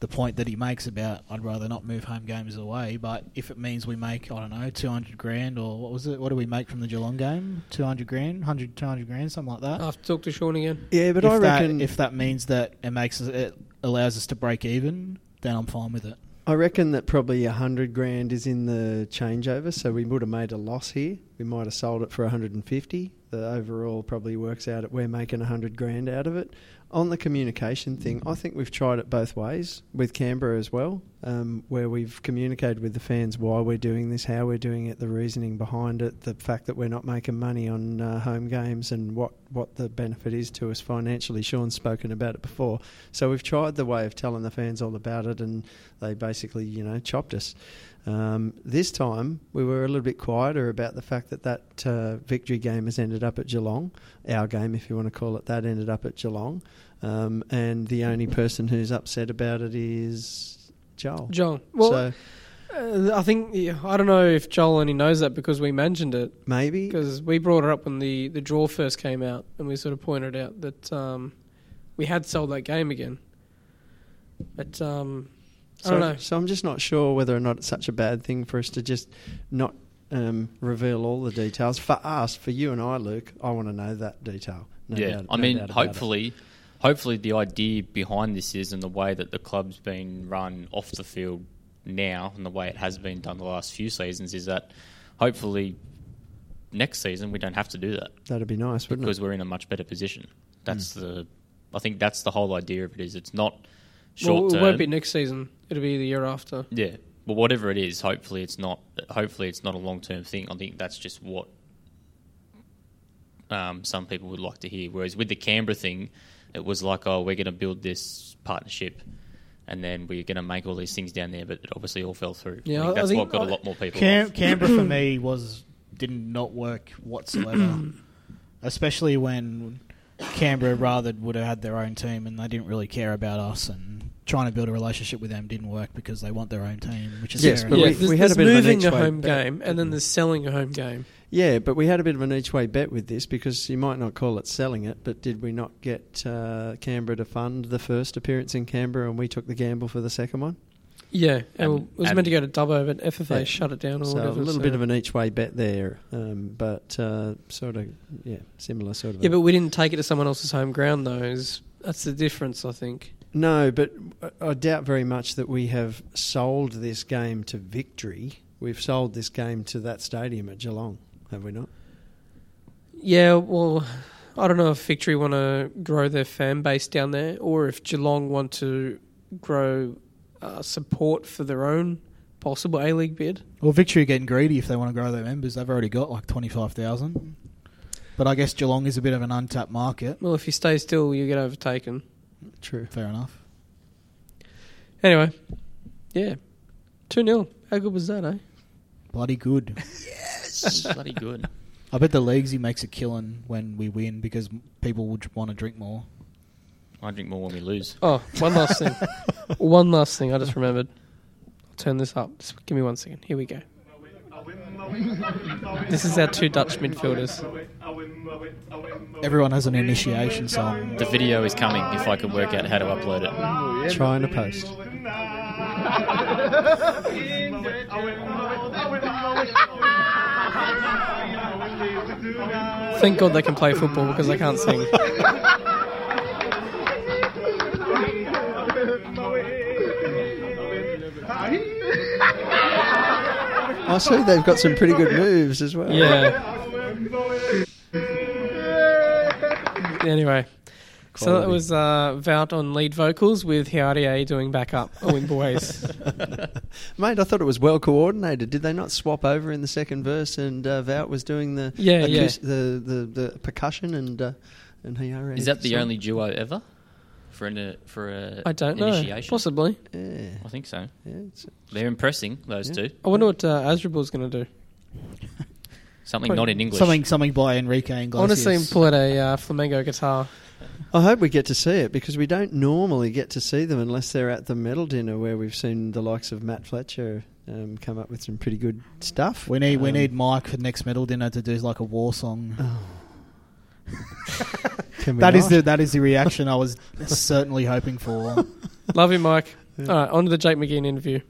the point that he makes about I'd rather not move home games away, but if it means we make I don't know, 200 grand or what was it? What do we make from the Geelong game? 200 grand, 100 200 grand, something like that. I have to talk to Sean again. Yeah, Oh, but if I that- reckon if that means that it makes us, it allows us to break even, then I'm fine with it. I reckon that probably a hundred grand is in the changeover, so we would have made a loss here. We might have sold it for hundred and fifty. The overall probably works out at we're making a hundred grand out of it. On the communication thing, I think we've tried it both ways with Canberra as well, um, where we've communicated with the fans why we're doing this, how we're doing it, the reasoning behind it, the fact that we're not making money on uh, home games, and what what the benefit is to us financially. Sean's spoken about it before, so we've tried the way of telling the fans all about it and they basically, you know, chopped us. Um, this time, we were a little bit quieter about the fact that that uh, victory game has ended up at Geelong. Our game, if you want to call it that, ended up at Geelong. Um, and the only person who's upset about it is Joel. Joel. Well, so Uh, I think yeah, I don't know if Joel only knows that because we mentioned it maybe because we brought it up when the the draw first came out and we sort of pointed out that um, we had sold that game again. But um, I So, don't know. so I'm just not sure whether or not it's such a bad thing for us to just not um, reveal all the details. For us, for you and I, Luke, I want to know that detail. No yeah, doubt- I no mean, doubt about it. hopefully, hopefully the idea behind this is, and the way that the club's been run off the field now, and the way it has been done the last few seasons, is that hopefully next season we don't have to do that that'd be nice, wouldn't it? Hmm. because we're in a much better position. That's the, I think that's the whole idea of it. Is it's not short well, it term. won't be next season. It'll be the year after. Yeah, but whatever it is, hopefully it's not. Hopefully it's not a long term thing. I think that's just what um, some people would like to hear. Whereas with the Canberra thing, it was like, oh, we're going to build this partnership, and then we're going to make all these things down there. But it obviously all fell through. Yeah, I- I I think that's think- what got I- a lot more people. Cam- off. Canberra (clears throat) for me was did not work (clears throat) whatsoever, especially when Canberra rather would have had their own team and they didn't really care about us and trying to build a relationship with them didn't work because they want their own team, which is Yes, fair But yeah, enough. we- there's, we had a there's bit of an moving each way home bet. game and then there's selling a home game. Yeah, but we had a bit of an each way bet with this because you might not call it selling it, but did we not get uh, Canberra to fund the first appearance in Canberra and we took the gamble for the second one? Yeah, and, And- it was and- meant to go to Dubbo, but FFA Yeah. shut it down. Or so whatever, a little so- bit of an each way bet there, um, but uh, sort of, yeah, similar sort of. yeah, a- but we didn't take it to someone else's home ground though. Is, that's the difference, I think. No, but uh, I- I doubt very much that we have sold this game to victory. We've sold this game to that stadium at Geelong, have we not? Yeah, well, I don't know if Victory want to grow their fan base down there, or if Geelong want to grow uh, support for their own possible A League bid. Well, Victory are getting greedy if they want to grow their members. They've already got like 25,000. But I guess Geelong is a bit of an untapped market. Well, if you stay still, you get overtaken. True. Fair enough. Anyway, yeah, two 0 How good was that, eh? Bloody good. bloody good. I bet the leagues he makes a killing when we win because m- people would want to drink more. I drink more when we lose. Oh, one last thing. one last thing. I just remembered. I'll turn this up. Just give me one second. Here we go. This is our two Dutch midfielders. Everyone has an initiation song. The video is coming if I could work out how to upload it. Trying to post. Thank God they can play football because they can't sing. I see they've got some pretty good moves as well. Yeah. Anyway, so that Quality. was uh, Vout on lead vocals with Hiarie doing backup. Oh, in boys. Mate, I thought it was well coordinated. Did they not swap over in the second verse and uh, Vout was doing the Yeah, yeah. acous- The, the the percussion and uh, and Hayari? Is that the only duo ever for an uh, for a I don't know. initiation? Possibly. Yeah, I think so. yeah, it's- They're impressing those Yeah. two. I wonder what uh, Azrabul's going to do. Something not in English. Something something by Enrique I want to Iglesias. see him pull out a uh, flamenco guitar. I hope we get to see it because we don't normally get to see them unless they're at the medal dinner where we've seen the likes of Matt Fletcher um, come up with some pretty good stuff. We need we Um, Oh, need Mike for next medal dinner to do like a war song. Can we That is not? the that is the reaction I was certainly hoping for. Love you, Mike. All right, on to the Jake McGinn interview.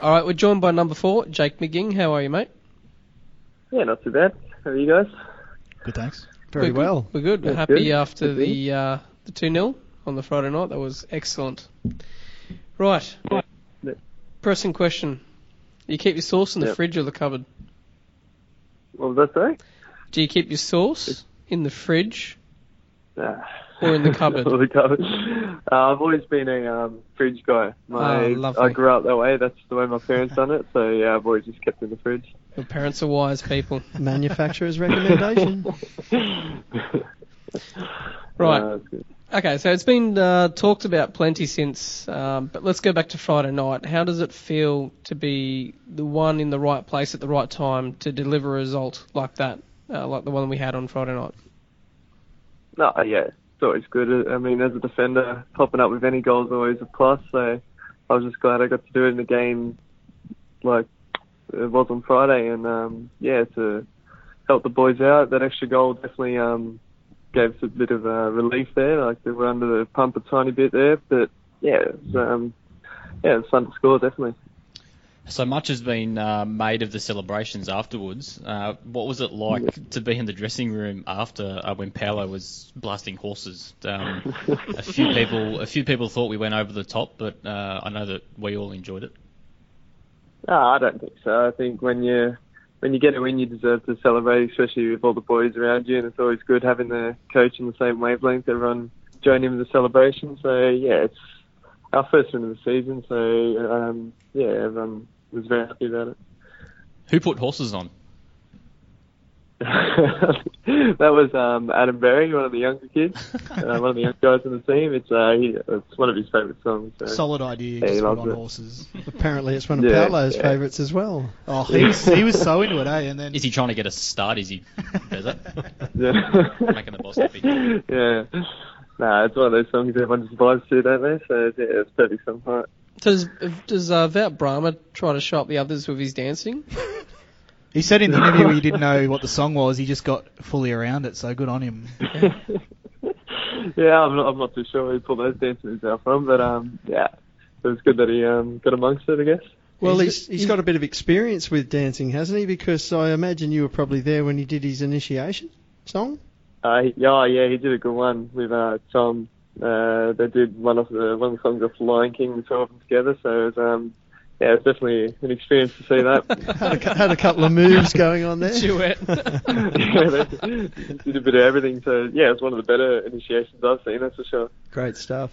All right, we're joined by number four, Jake McGinn. How are you, mate? Yeah, not too bad. How are you guys? (laughs) Good thanks. very We're good. well. We're good. We're Yeah, happy good. after Good the uh, the two 0 on the Friday night. That was excellent. Right. Yeah. Pressing question: You keep your sauce in the Yeah. fridge or the cupboard? What was that say? Do you keep your sauce in the fridge Nah. or in (laughs) the cupboard? Or the cupboard. Uh, I've always been a um, fridge guy. My, Oh, lovely. I grew up that way. That's the way my parents done it. So yeah, I've always just kept it in the fridge. Your parents are wise people. Uh, Manufacturer's (laughs) recommendation. Right. Uh, that's good. Okay, so it's been uh, talked about plenty since, um, but let's go back to Friday night. How does it feel to be the one in the right place at the right time to deliver a result like that, uh, like the one we had on Friday night? no, uh, yeah, it's always good. Uh, I mean, as a defender, popping up with any goals always a plus. So I was just glad I got to do it in the game, like it was on Friday, and um, yeah, to help the boys out. That extra goal definitely um, gave us a bit of uh, relief there. Like they were under the pump a tiny bit there, but yeah, it's, um, yeah, it's fun to score definitely. So much has been uh, made of the celebrations afterwards. Uh, what was it like to be in the dressing room after uh, when Paolo was blasting horses? Um, a few people, a few people thought we went over the top, but uh, I know that we all enjoyed it. No, I don't think so. I think when you when you get a win, you deserve to celebrate, especially with all the boys around you. And it's always good having the coach in the same wavelength. Everyone join in the celebration. So yeah, it's our first win of the season. So um, yeah, everyone was very happy about it. Who put horses on? (laughs) that was um, Adam Berry, one of the younger kids, uh, one of the young guys on the team. It's uh, he, it's one of his favourite songs. So. Solid idea. Yeah, he just put loves on it. horses. Apparently, it's one of Yeah, Paolo's yeah. favourites as well. Oh, he was, he was so into it, eh? And then Is he trying to get a start? Is he does that? yeah. Making the boss happy. (laughs) yeah. Nah, it's one of those songs everyone just vibes to, don't they? So yeah, it's perfect song for it. Does does uh, Vout Brahma try to show up the others with his dancing? he said in the interview (laughs) he didn't know what the song was. He just got fully around it. So good on him. yeah, I'm not, I'm not too sure where he pulled those dance moves out from, but um, yeah, it was good that he um, got amongst it, I guess. Well, He's- he's, he's got a bit of experience with dancing, hasn't he? Because I imagine you were probably there when he did his initiation song. Uh, he- yeah, oh, yeah, he did a good one with uh, Tom. Uh, they did one of the one of the songs off Lion King, the two of them together. So it was, um, yeah, it was definitely an experience to (laughs) see that. (laughs) Had a, cou- had a couple of moves going (laughs) on there. Duet. yeah, they did a bit of everything. So yeah, it was one of the better initiations I've seen. That's for sure. Great stuff.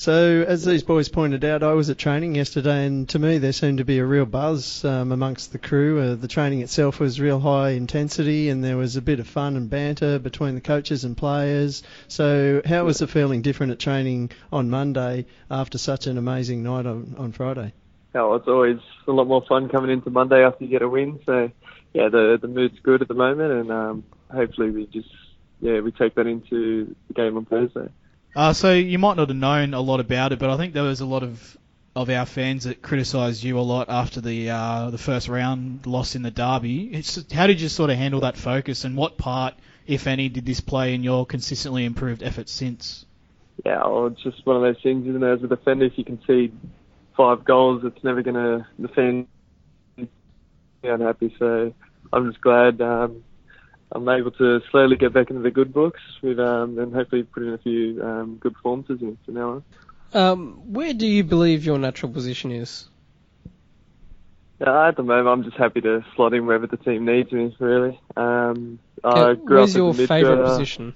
So, as these boys pointed out, I was at training yesterday, and to me, there seemed to be a real buzz um, amongst the crew. Uh, the training itself was real high intensity, and there was a bit of fun and banter between the coaches and players. So, how was the feeling different at training on Monday after such an amazing night on, on Friday? Oh, it's always a lot more fun coming into Monday after you get a win. So yeah, the the mood's good at the moment, and um, hopefully we just yeah we take that into the game on Thursday. Uh, so you might not have known a lot about it, but I think there was a lot of of our fans that criticised you a lot after the uh, the first round loss in the derby. It's, how did you sort of handle that focus, and what part, if any, did this play in your consistently improved efforts since? yeah, or it's just one of those things, isn't it? As a defender, if you concede five goals, it's never going to defend be unhappy. So I'm just glad um, I'm able to slowly get back into the good books with um, and hopefully put in a few um, good performances in from now on. um, where do you believe your natural position is? Uh, at the moment, I'm just happy to slot in wherever the team needs me. Really, um, I Yeah, grew Where's up your as a midfielder. favourite position?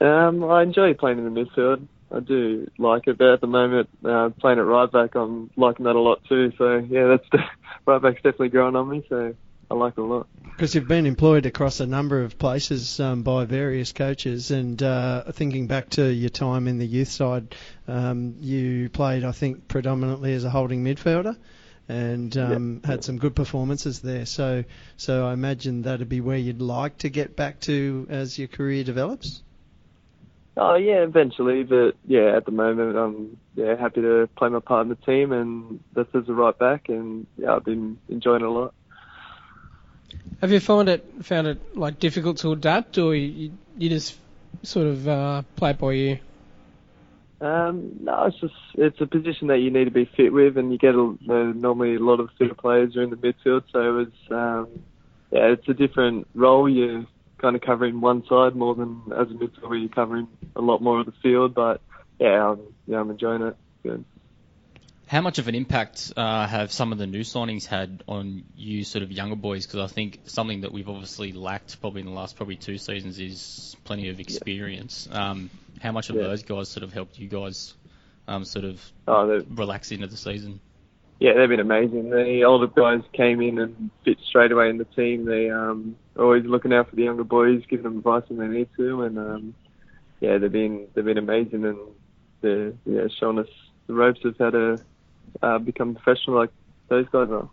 Um, I enjoy playing in the midfield. I do like it, but at the moment, uh, playing at right back, I'm liking that a lot too. So yeah, that's (laughs) right back's definitely growing on me. So I like it a lot. Because you've been employed across a number of places um, by various coaches, and uh, thinking back to your time in the youth side, um, you played, I think, predominantly as a holding midfielder, and um, had some good performances there. So, so I imagine that'd be where you'd like to get back to as your career develops. Oh yeah, eventually, but yeah, at the moment, I'm yeah happy to play my part in the team, and that's as a right back, and yeah, I've been enjoying it a lot. Have you found it found it like difficult to adapt, or you you just sort of uh, play it by ear? Um, no, it's just it's a position that you need to be fit with, and you get a, uh, normally a lot of fitter players are in the midfield, so it's um, yeah, it's a different role. You're kind of covering one side more than as a midfielder, you're covering a lot more of the field. But yeah, I'm, yeah, I'm enjoying it. Good. How much of an impact uh, have some of the new signings had on you, sort of younger boys? Because I think something that we've obviously lacked probably in the last probably two seasons is plenty of experience. Um, how much of Yeah. those guys sort of helped you guys um, sort of Oh, they've- relax into the season? yeah, they've been amazing. The older guys came in and fit straight away in the team. They um are always looking out for the younger boys, giving them advice when they need to, and um, yeah, they've been they've been amazing and they're yeah showing us the ropes of how to uh, become professional like those guys are.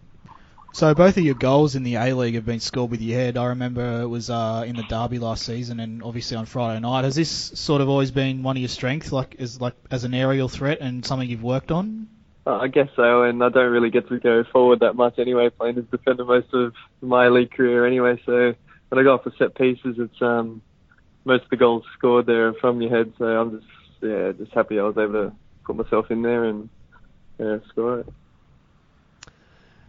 So both of your goals in the A League have been scored with your head. I remember it was uh, in the derby last season, and obviously on Friday night. Has this sort of always been one of your strengths, like as like as an aerial threat and something you've worked on? Uh, I guess so, and I don't really get to go forward that much anyway, playing as defender most of my league career anyway. So when I go off for set pieces, it's um, most of the goals scored there are from your head. So I'm just yeah, just happy I was able to put myself in there and yeah, score it.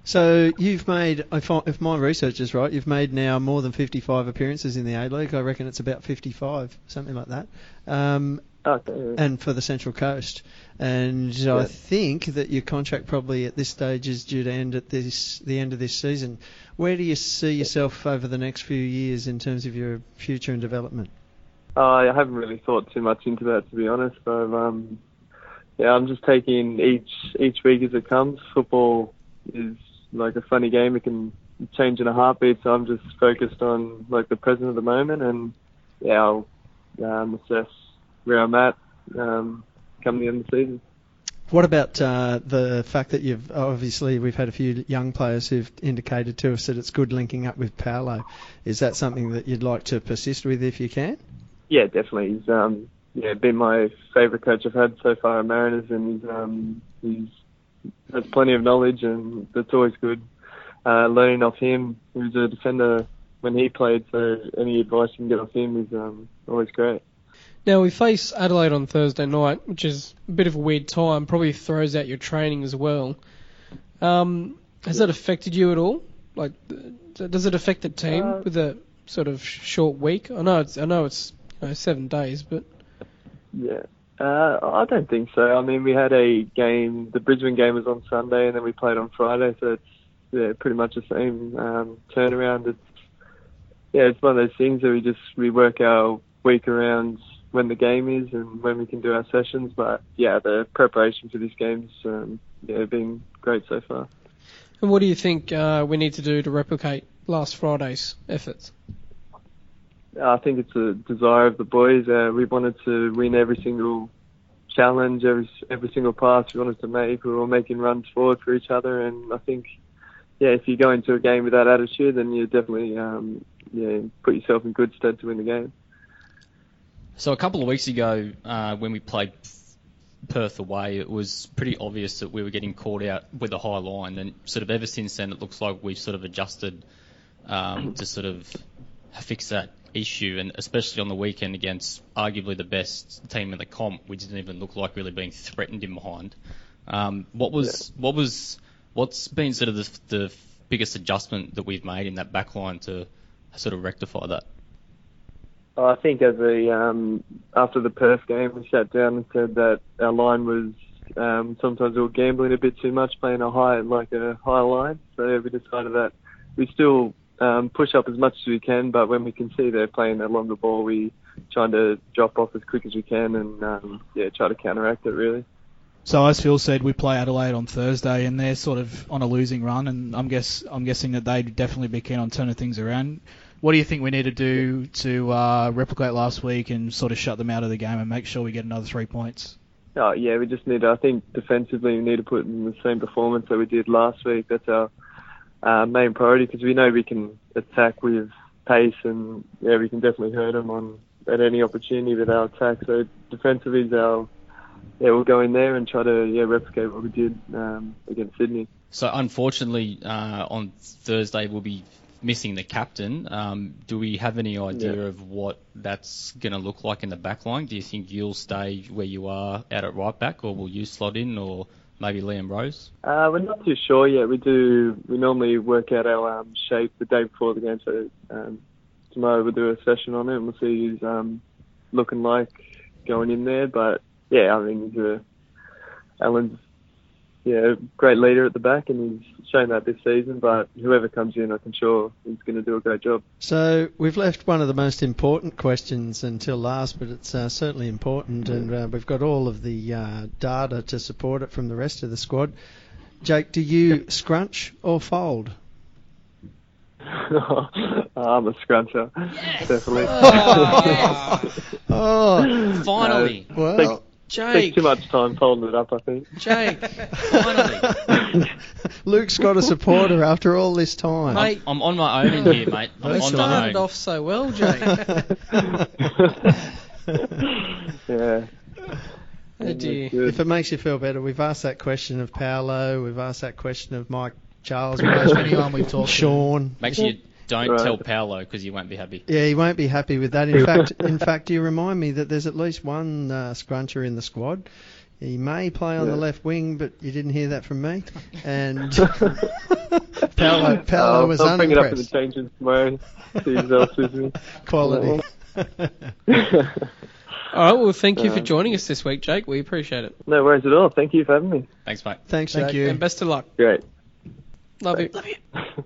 So you've made, if, I, if my research is right, you've made now more than 55 appearances in the A League. I reckon it's about 55, something like that. Um, Okay. and for the Central Coast. And I Yeah. think that your contract probably at this stage is due to end at this the end of this season. Where do you see yourself over the next few years in terms of your future and development? I haven't really thought too much into that, to be honest. I've, um, yeah, I'm just taking each each week as it comes. Football is like a funny game; it can change in a heartbeat. So I'm just focused on like the present of the moment, and yeah, I'll um, assess where I'm at um, come the end of the season. What about uh, the fact that you've obviously we've had a few young players who've indicated to us that it's good linking up with Paolo. Is that something that you'd like to persist with if you can? Yeah, definitely. He's um, yeah been my favourite coach I've had so far at Mariners, and he's, um, he's has plenty of knowledge, and that's always good. Uh, learning off him, he was a defender when he played, so any advice you can get off him is um, always great. Now we face Adelaide on Thursday night, which is a bit of a weird time. Probably throws out your training as well. Um, has that affected you at all? Like, th- does it affect the team Uh, with a sort of sh- short week? I know it's I know it's you know, seven days, but Yeah. Uh, I don't think so. I mean, we had a game. The Brisbane game was on Sunday, and then we played on Friday, so it's yeah, pretty much the same um, turnaround. It's yeah, it's one of those things that we just we work our week around when the game is and when we can do our sessions. But yeah, the preparation for this game's um, yeah been great so far. and what do you think uh, we need to do to replicate last Friday's efforts? I think it's a desire of the boys. Uh, we wanted to win every single challenge, every every single pass we wanted to make. We were all making runs forward for each other, and I think, yeah, if you go into a game with that attitude, then you definitely um, yeah put yourself in good stead to win the game. So a couple of weeks ago, uh, when we played Perth away, it was pretty obvious that we were getting caught out with a high line, and sort of ever since then, it looks like we've sort of adjusted um, to sort of fix that issue, and especially on the weekend against arguably the best team in the comp, we didn't even look like really being threatened in behind. Um, what was what was what's been sort of the, the biggest adjustment that we've made in that back line to sort of rectify that? I think as a um, after the Perth game, we sat down and said that our line was um, sometimes we were gambling a bit too much, playing a high like a high line. So we decided that we still um, push up as much as we can, but when we can see they're playing a longer ball, we trying to drop off as quick as we can and um, yeah, try to counteract it really. So as Phil said, we play Adelaide on Thursday, and they're sort of on a losing run, and I'm guess I'm guessing that they'd definitely be keen on turning things around. What do you think we need to do to uh, replicate last week and sort of shut them out of the game and make sure we get another three points? Oh, yeah, we just need. To, I think defensively, we need to put in the same performance that we did last week. That's our uh, main priority because we know we can attack with pace, and yeah, we can definitely hurt them on at any opportunity with our attack. So defensively, is our yeah, we'll go in there and try to yeah replicate what we did um, against Sydney. So unfortunately, uh, on Thursday we'll be missing the captain. Um, do we have any idea Yeah. of what that's going to look like in the back line? Do you think you'll stay where you are out at right back, or will you slot in, or maybe Liam Rose? Uh, we're not too sure yet. We do. We normally work out our um, shape the day before the game, so um, tomorrow we'll do a session on it and we'll see who's um, looking like going in there. But yeah, I mean, he's a, Alan's yeah great leader at the back, and he's shown that this season. But whoever comes in, I'm sure he's going to do a great job. (laughs) So we've left one of the most important questions until last, but it's uh, certainly important, and uh, we've got all of the uh, data to support it from the rest of the squad. Jake, do you scrunch or fold? I'm a scruncher, definitely. (laughs) Oh, (laughs) Finally, well, Takes Jake, too much time folding it up, I think. (laughs) Jake, (laughs) finally, Luke's got a supporter after all this time. mate, I'm on my own in here, mate. we I'm on my started own. off so well, Jake. (laughs) Yeah. (laughs) oh dear. Good. If it makes you feel better, we've asked that question of Paolo, we've asked that question of Mike Charles, we've asked Anyone we've talked to. Sean. Make sure you don't Right. tell Paolo because you won't be happy. Yeah, he won't be happy with that. In fact, in fact, you remind me that there's at least one uh, scruncher in the squad. He may play on the Yeah. left wing, but you didn't hear that from me. (laughs) And (laughs) Paolo, Paolo I'll- was I'll bring it up in the unimpressed. changes tomorrow. See who's else with me. (laughs) Quality. All right, well, thank you for Um, joining us this week, Jake. We appreciate it, no worries at all. Thank you for having me. Thanks, mate. (laughs) Thanks, Thank Jake. you. and best of luck. Great. Love you. Love you.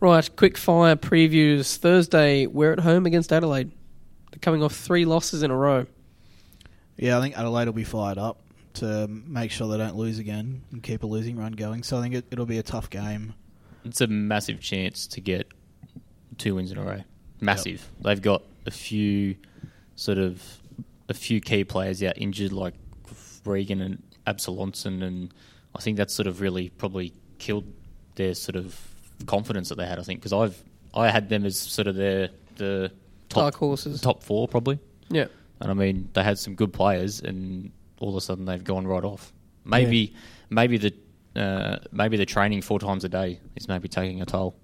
Right, quick fire previews. Thursday, we're at home against Adelaide. They're coming off three losses in a row. Yeah, I think Adelaide will be fired up to make sure they don't lose again and keep a losing run going. So I think it, it'll be a tough game. It's a massive chance to get two wins in a row. Massive. They've got a few sort of a few key players out injured, like Regan and Absalonson, and I think that's sort of really probably killed their sort of confidence that they had. I think because I've I had them as sort of their the top Dark horses. top four probably. Yeah. And I mean, they had some good players, and all of a sudden they've gone right off. Maybe, maybe the uh, maybe the training four times a day is maybe taking a toll,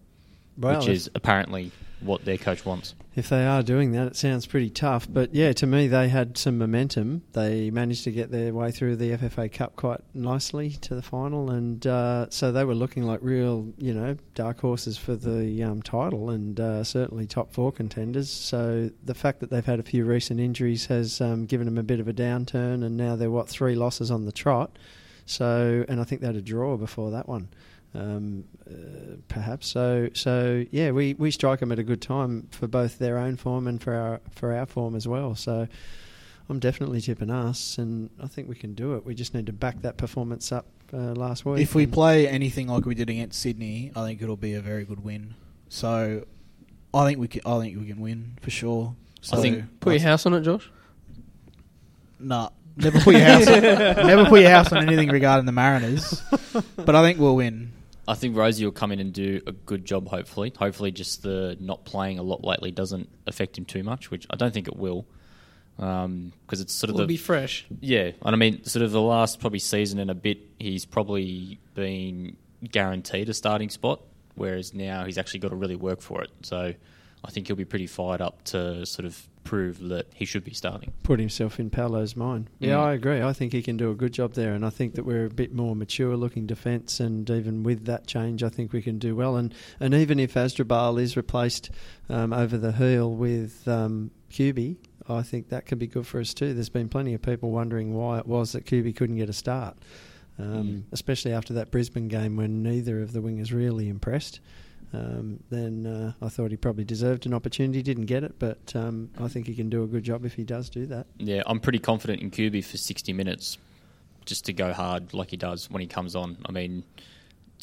Wow, which that's- is apparently what their coach wants. If they are doing that, it sounds pretty tough. But yeah, to me, they had some momentum. They managed to get their way through the FFA Cup quite nicely to the final, and uh, so they were looking like real, you know, dark horses for the um, title and uh, certainly top four contenders. So the fact that they've had a few recent injuries has um, given them a bit of a downturn, and now they're what three losses on the trot. So, and I think they had a draw before that one um, uh, perhaps. So, so yeah, we, we strike them at a good time for both their own form and for our for our form as well. So, I'm definitely tipping us, and I think we can do it. We just need to back that performance up uh, last week. If we And play anything like we did against Sydney, I think it'll be a very good win. So I think we can, I think we can win for sure. So, think- Put your house on it, Josh. Nah, never put your house (laughs) on, never put your house on anything regarding the Mariners. But I think we'll win. I think Rosie will come in and do a good job. Hopefully, hopefully, just the not playing a lot lately doesn't affect him too much, which I don't think it will, because it's sort of It'll the be fresh. Yeah, and I mean, sort of the last probably season and a bit, he's probably been guaranteed a starting spot, whereas now he's actually got to really work for it. So I think he'll be pretty fired up to sort of prove that he should be starting. put himself in Paolo's mind. Yeah, Mm. I agree. I think he can do a good job there, and I think that we're a bit more mature looking defence, and even with that change, I think we can do well. And and even if Asdrabal is replaced um, over the heel with um, QB, I think that could be good for us too. There's been plenty of people wondering why it was that QB couldn't get a start, um, Mm. especially after that Brisbane game when neither of the wingers really impressed. Um, then uh, I thought he probably deserved an opportunity. Didn't get it, but um, I think he can do a good job if he does do that. Yeah, I'm pretty confident in QB for 60 minutes just to go hard like he does when he comes on. I mean,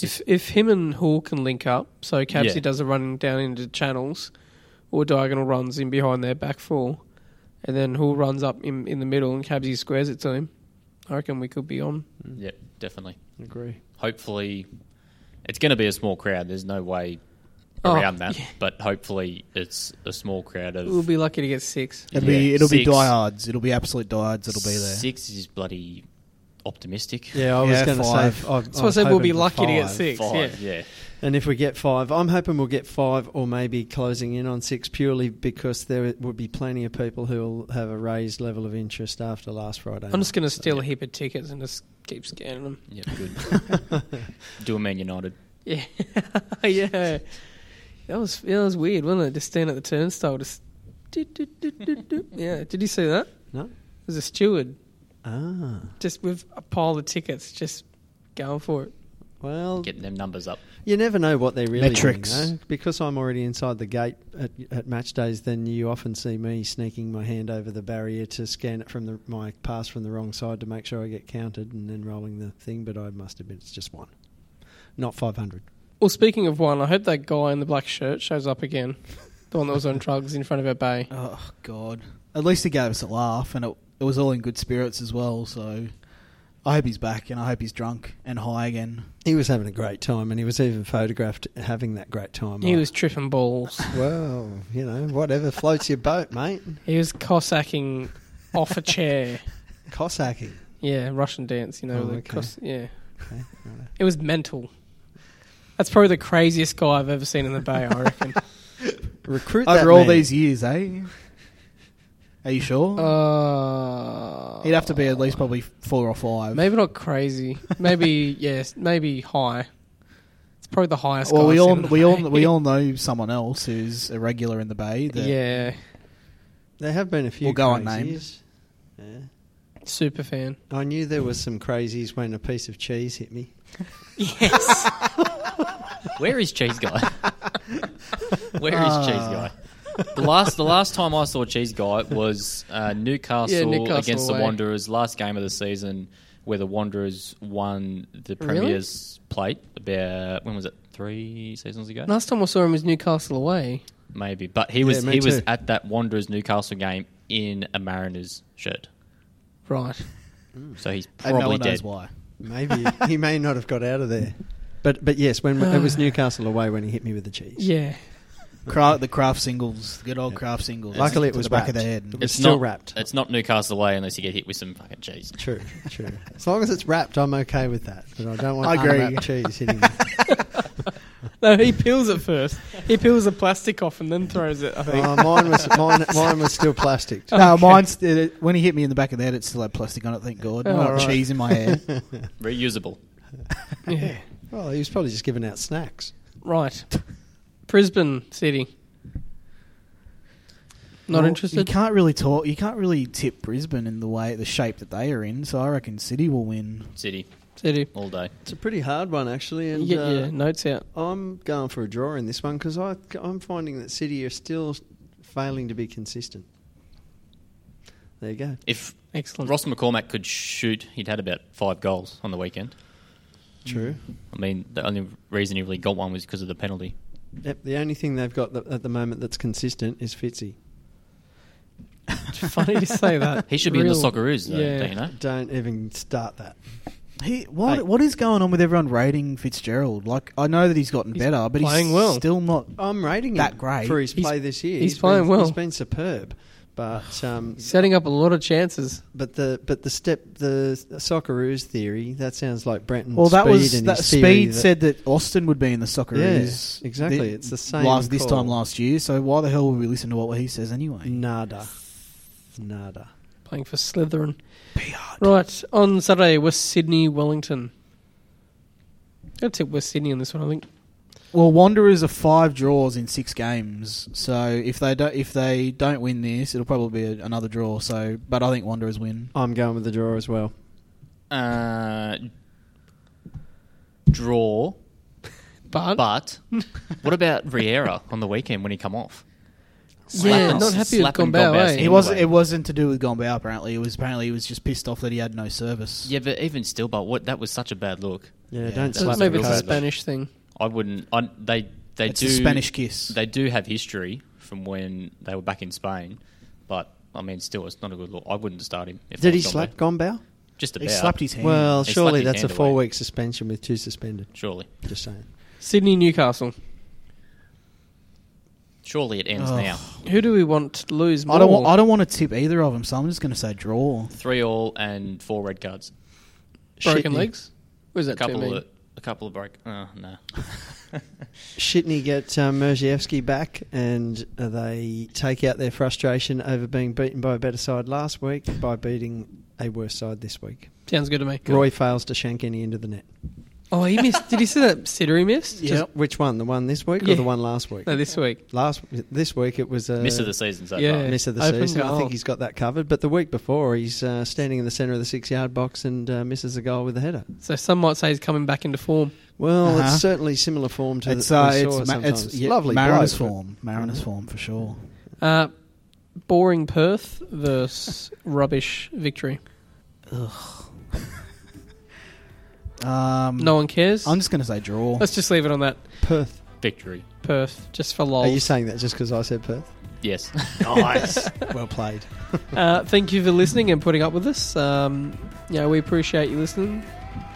If if him and Hall can link up, so Capsy Yeah. does a run down into channels or diagonal runs in behind their back four, and then Hall runs up in, in the middle and Capsy squares it to him, I reckon we could be on. yeah, definitely. Agree. Hopefully, it's going to be a small crowd. There's no way Oh, around that, yeah. but hopefully, it's a small crowd of. We'll be lucky to get six. It'll be Yeah, it'll be six. diehards. It'll be absolute diehards. It'll be there. Six is bloody optimistic. Yeah, I was Yeah, going to say. five. f- I've, So I I'm said we'll hoping be for lucky to get five. six. Five, yeah. yeah. And if we get five, I'm hoping we'll get five, or maybe closing in on six purely because there would be plenty of people who will have a raised level of interest after last Friday. I'm just going to steal a heap of tickets and just keep scanning them. (laughs) Yeah, good. Do a Man United. Yeah, yeah. That was that was weird, wasn't it? Just stand at the turnstile, just. do, do, do, do, do. Yeah, did you see that? No? There's a steward (laughs) Ah, just with a pile of tickets, just going for it. well, Getting them numbers up. you never know what they're really Metrics. doing, though. Because I'm already inside the gate at, at match days, then you often see me sneaking my hand over the barrier to scan it from the, my pass from the wrong side to make sure I get counted, and then rolling the thing. But I must admit, it's just one, not 500. Well, speaking of one, I hope that guy in the black shirt shows up again. The one that was on drugs in front of our (laughs) bay. Oh God! At least he gave us a laugh, and it, it was all in good spirits as well. So I hope he's back, and I hope he's drunk and high again. He was having a great time, and he was even photographed having that great time. He I- was tripping balls. (laughs) Well, you know, whatever floats your boat, mate. He was cossacking off (laughs) a chair. Cossacking. Yeah, Russian dance, you know. Oh, the okay. cross, yeah. Okay, righto. It was mental. That's probably the craziest guy I've ever seen in the bay, I (laughs) reckon. Recruit that Over all man. these years, eh? Are you sure? Uh, He'd have to be at least probably four or five. Maybe not crazy. (laughs) Maybe, yes, maybe high. It's probably the highest Well, guy we I've all seen in the we all bay. we all know someone else who's a regular in the bay. That Yeah, There have been a few. We'll go on crazies. Yeah. super fan. I knew there was some crazies when a piece of cheese hit me. Yes. Where is Cheese Guy? (laughs) Where is Cheese Guy? The last the last time I saw Cheese Guy was uh, Newcastle, Yeah, Newcastle against the away. Wanderers, last game of the season, where the Wanderers won the Really? Premier's plate about when was it? Three seasons ago, Last time I saw him was Newcastle away. maybe. But he was me he was too. at that Wanderers Newcastle game in a Mariners shirt, Right. so he's And probably no one dead. knows why. Maybe he may not have got out of there. But but yes, when it (sighs) was Newcastle away when he hit me with the cheese. Yeah. Cra- the craft singles, the good old craft singles. Luckily, it To was the back of wrapped. the head. (laughs) It's still not, wrapped. It's not Newcastle away unless you get hit with some fucking cheese. True, true. As long as it's wrapped, I'm okay with that. But I don't want I agree. unwrapped cheese hitting (laughs) me. No, he peels it first. He peels the plastic off and then throws it. I think. Oh, mine was mine, mine was still plastic. No, mine's it, it- when he hit me in the back of the head. It still had plastic on it. Thank God. Oh, Not all right. cheese in my (laughs) hair. Reusable. Yeah. Well, he was probably just giving out snacks. Right. Brisbane City. Not Well, You interested. can't really talk. You can't really tip Brisbane in the way the shape that they are in. So I reckon City will win. City City. all day. It's a pretty hard one actually, You and get uh, your notes out. I'm going for a draw in this one because I'm finding that City are still failing to be consistent. There you go. If Excellent. Ross McCormack could shoot, he'd had about five goals on the weekend. True. I mean, the only reason he really got one was because of the penalty. Yep, the only thing they've got that, at the moment that's consistent is Fitzy. (laughs) Funny to say that. He should be in Real- the Socceroos, though, yeah. don't you know? Don't even start that. He, what Hey. what is going on with everyone rating Fitzgerald? Like I know that he's gotten He's better, but playing he's well. still not. I'm rating That him great. for his He's- play this year. he's playing been, well. He's been superb, but um, He's setting up a lot of chances. but the but the step the Socceroos theory that sounds like Brenton. Well, that speed was and that his theory Speed said that Austin would be in the Socceroos. Yeah, exactly. thi- It's the same last this call. Mm. time last year. So why the hell would we listen to what he says anyway? nada, nada. Playing for Slytherin. Right. On Saturday, West Sydney, Wellington. I'd tip West Sydney in this one, I think. Well, Wanderers are five draws in six games. So if they don't if they don't win this, it'll probably be a, another draw. So, but I think Wanderers win. I'm going with the draw as well. Uh, draw, But, but what about Riera on the weekend when he come off? yeah, Slapping- not happy with slapping Gombau, Gombau's eh? hand. It was Anyway. it wasn't to do with Gombau apparently. It was apparently he was just pissed off that he had no service. Yeah, but even still, but what that was such a bad look. Yeah, Yeah, don't that's slap uh, Maybe it's the a coach. Spanish thing. I wouldn't. I, they they It's do a Spanish kiss. They do have history from when they were back in Spain, but I mean, still, it's not a good look. I wouldn't start him. If I Did he was on slap there. Gombau? Just about. He slapped his hand. He Well, slapped surely his that's a hand away. four week suspension with two suspended. Surely, Just saying. Sydney, Newcastle. surely it ends Oh. now. Who do we want to lose more? I don't want, I don't want to tip either of them, so I'm just going to say draw. Three all and four red cards. Broken Shitney. legs? What is A that to couple mean? of a couple of break. Oh (laughs) no. Shitney get um, Merzievsky back, and uh, they take out their frustration over being beaten by a better side last week by beating a worse side this week. Sounds good to me. Roy fails to shank any into the net. Oh, he missed. Did he see that sitter he missed? Yep. Just which one? The one this week or Yeah. the one last week? No, this week. last this week it was a Miss of the season so yeah. far. miss of the Open season. I goal. think he's got that covered. But the week before, he's uh, standing in the centre of the six-yard box and uh, misses a goal with a header. So some might say he's coming back into form. Well, Uh-huh. it's certainly similar form to It's the, uh, we saw it's, ma- sometimes. it's yeah, lovely Mariners bloke, Mm-hmm. but- form, Mariners form for sure. Uh, boring Perth versus rubbish victory. Um, No one cares. I'm just going to (laughs) say draw. Let's just leave it on that. Perth. Victory. Perth, just for Are you lols. saying that just because I said Perth? (laughs) Yes. Oh, Nice. (laughs) well played. uh, thank you for listening and putting up with us. Um, yeah, we appreciate you listening.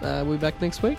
Uh, we'll be back next week.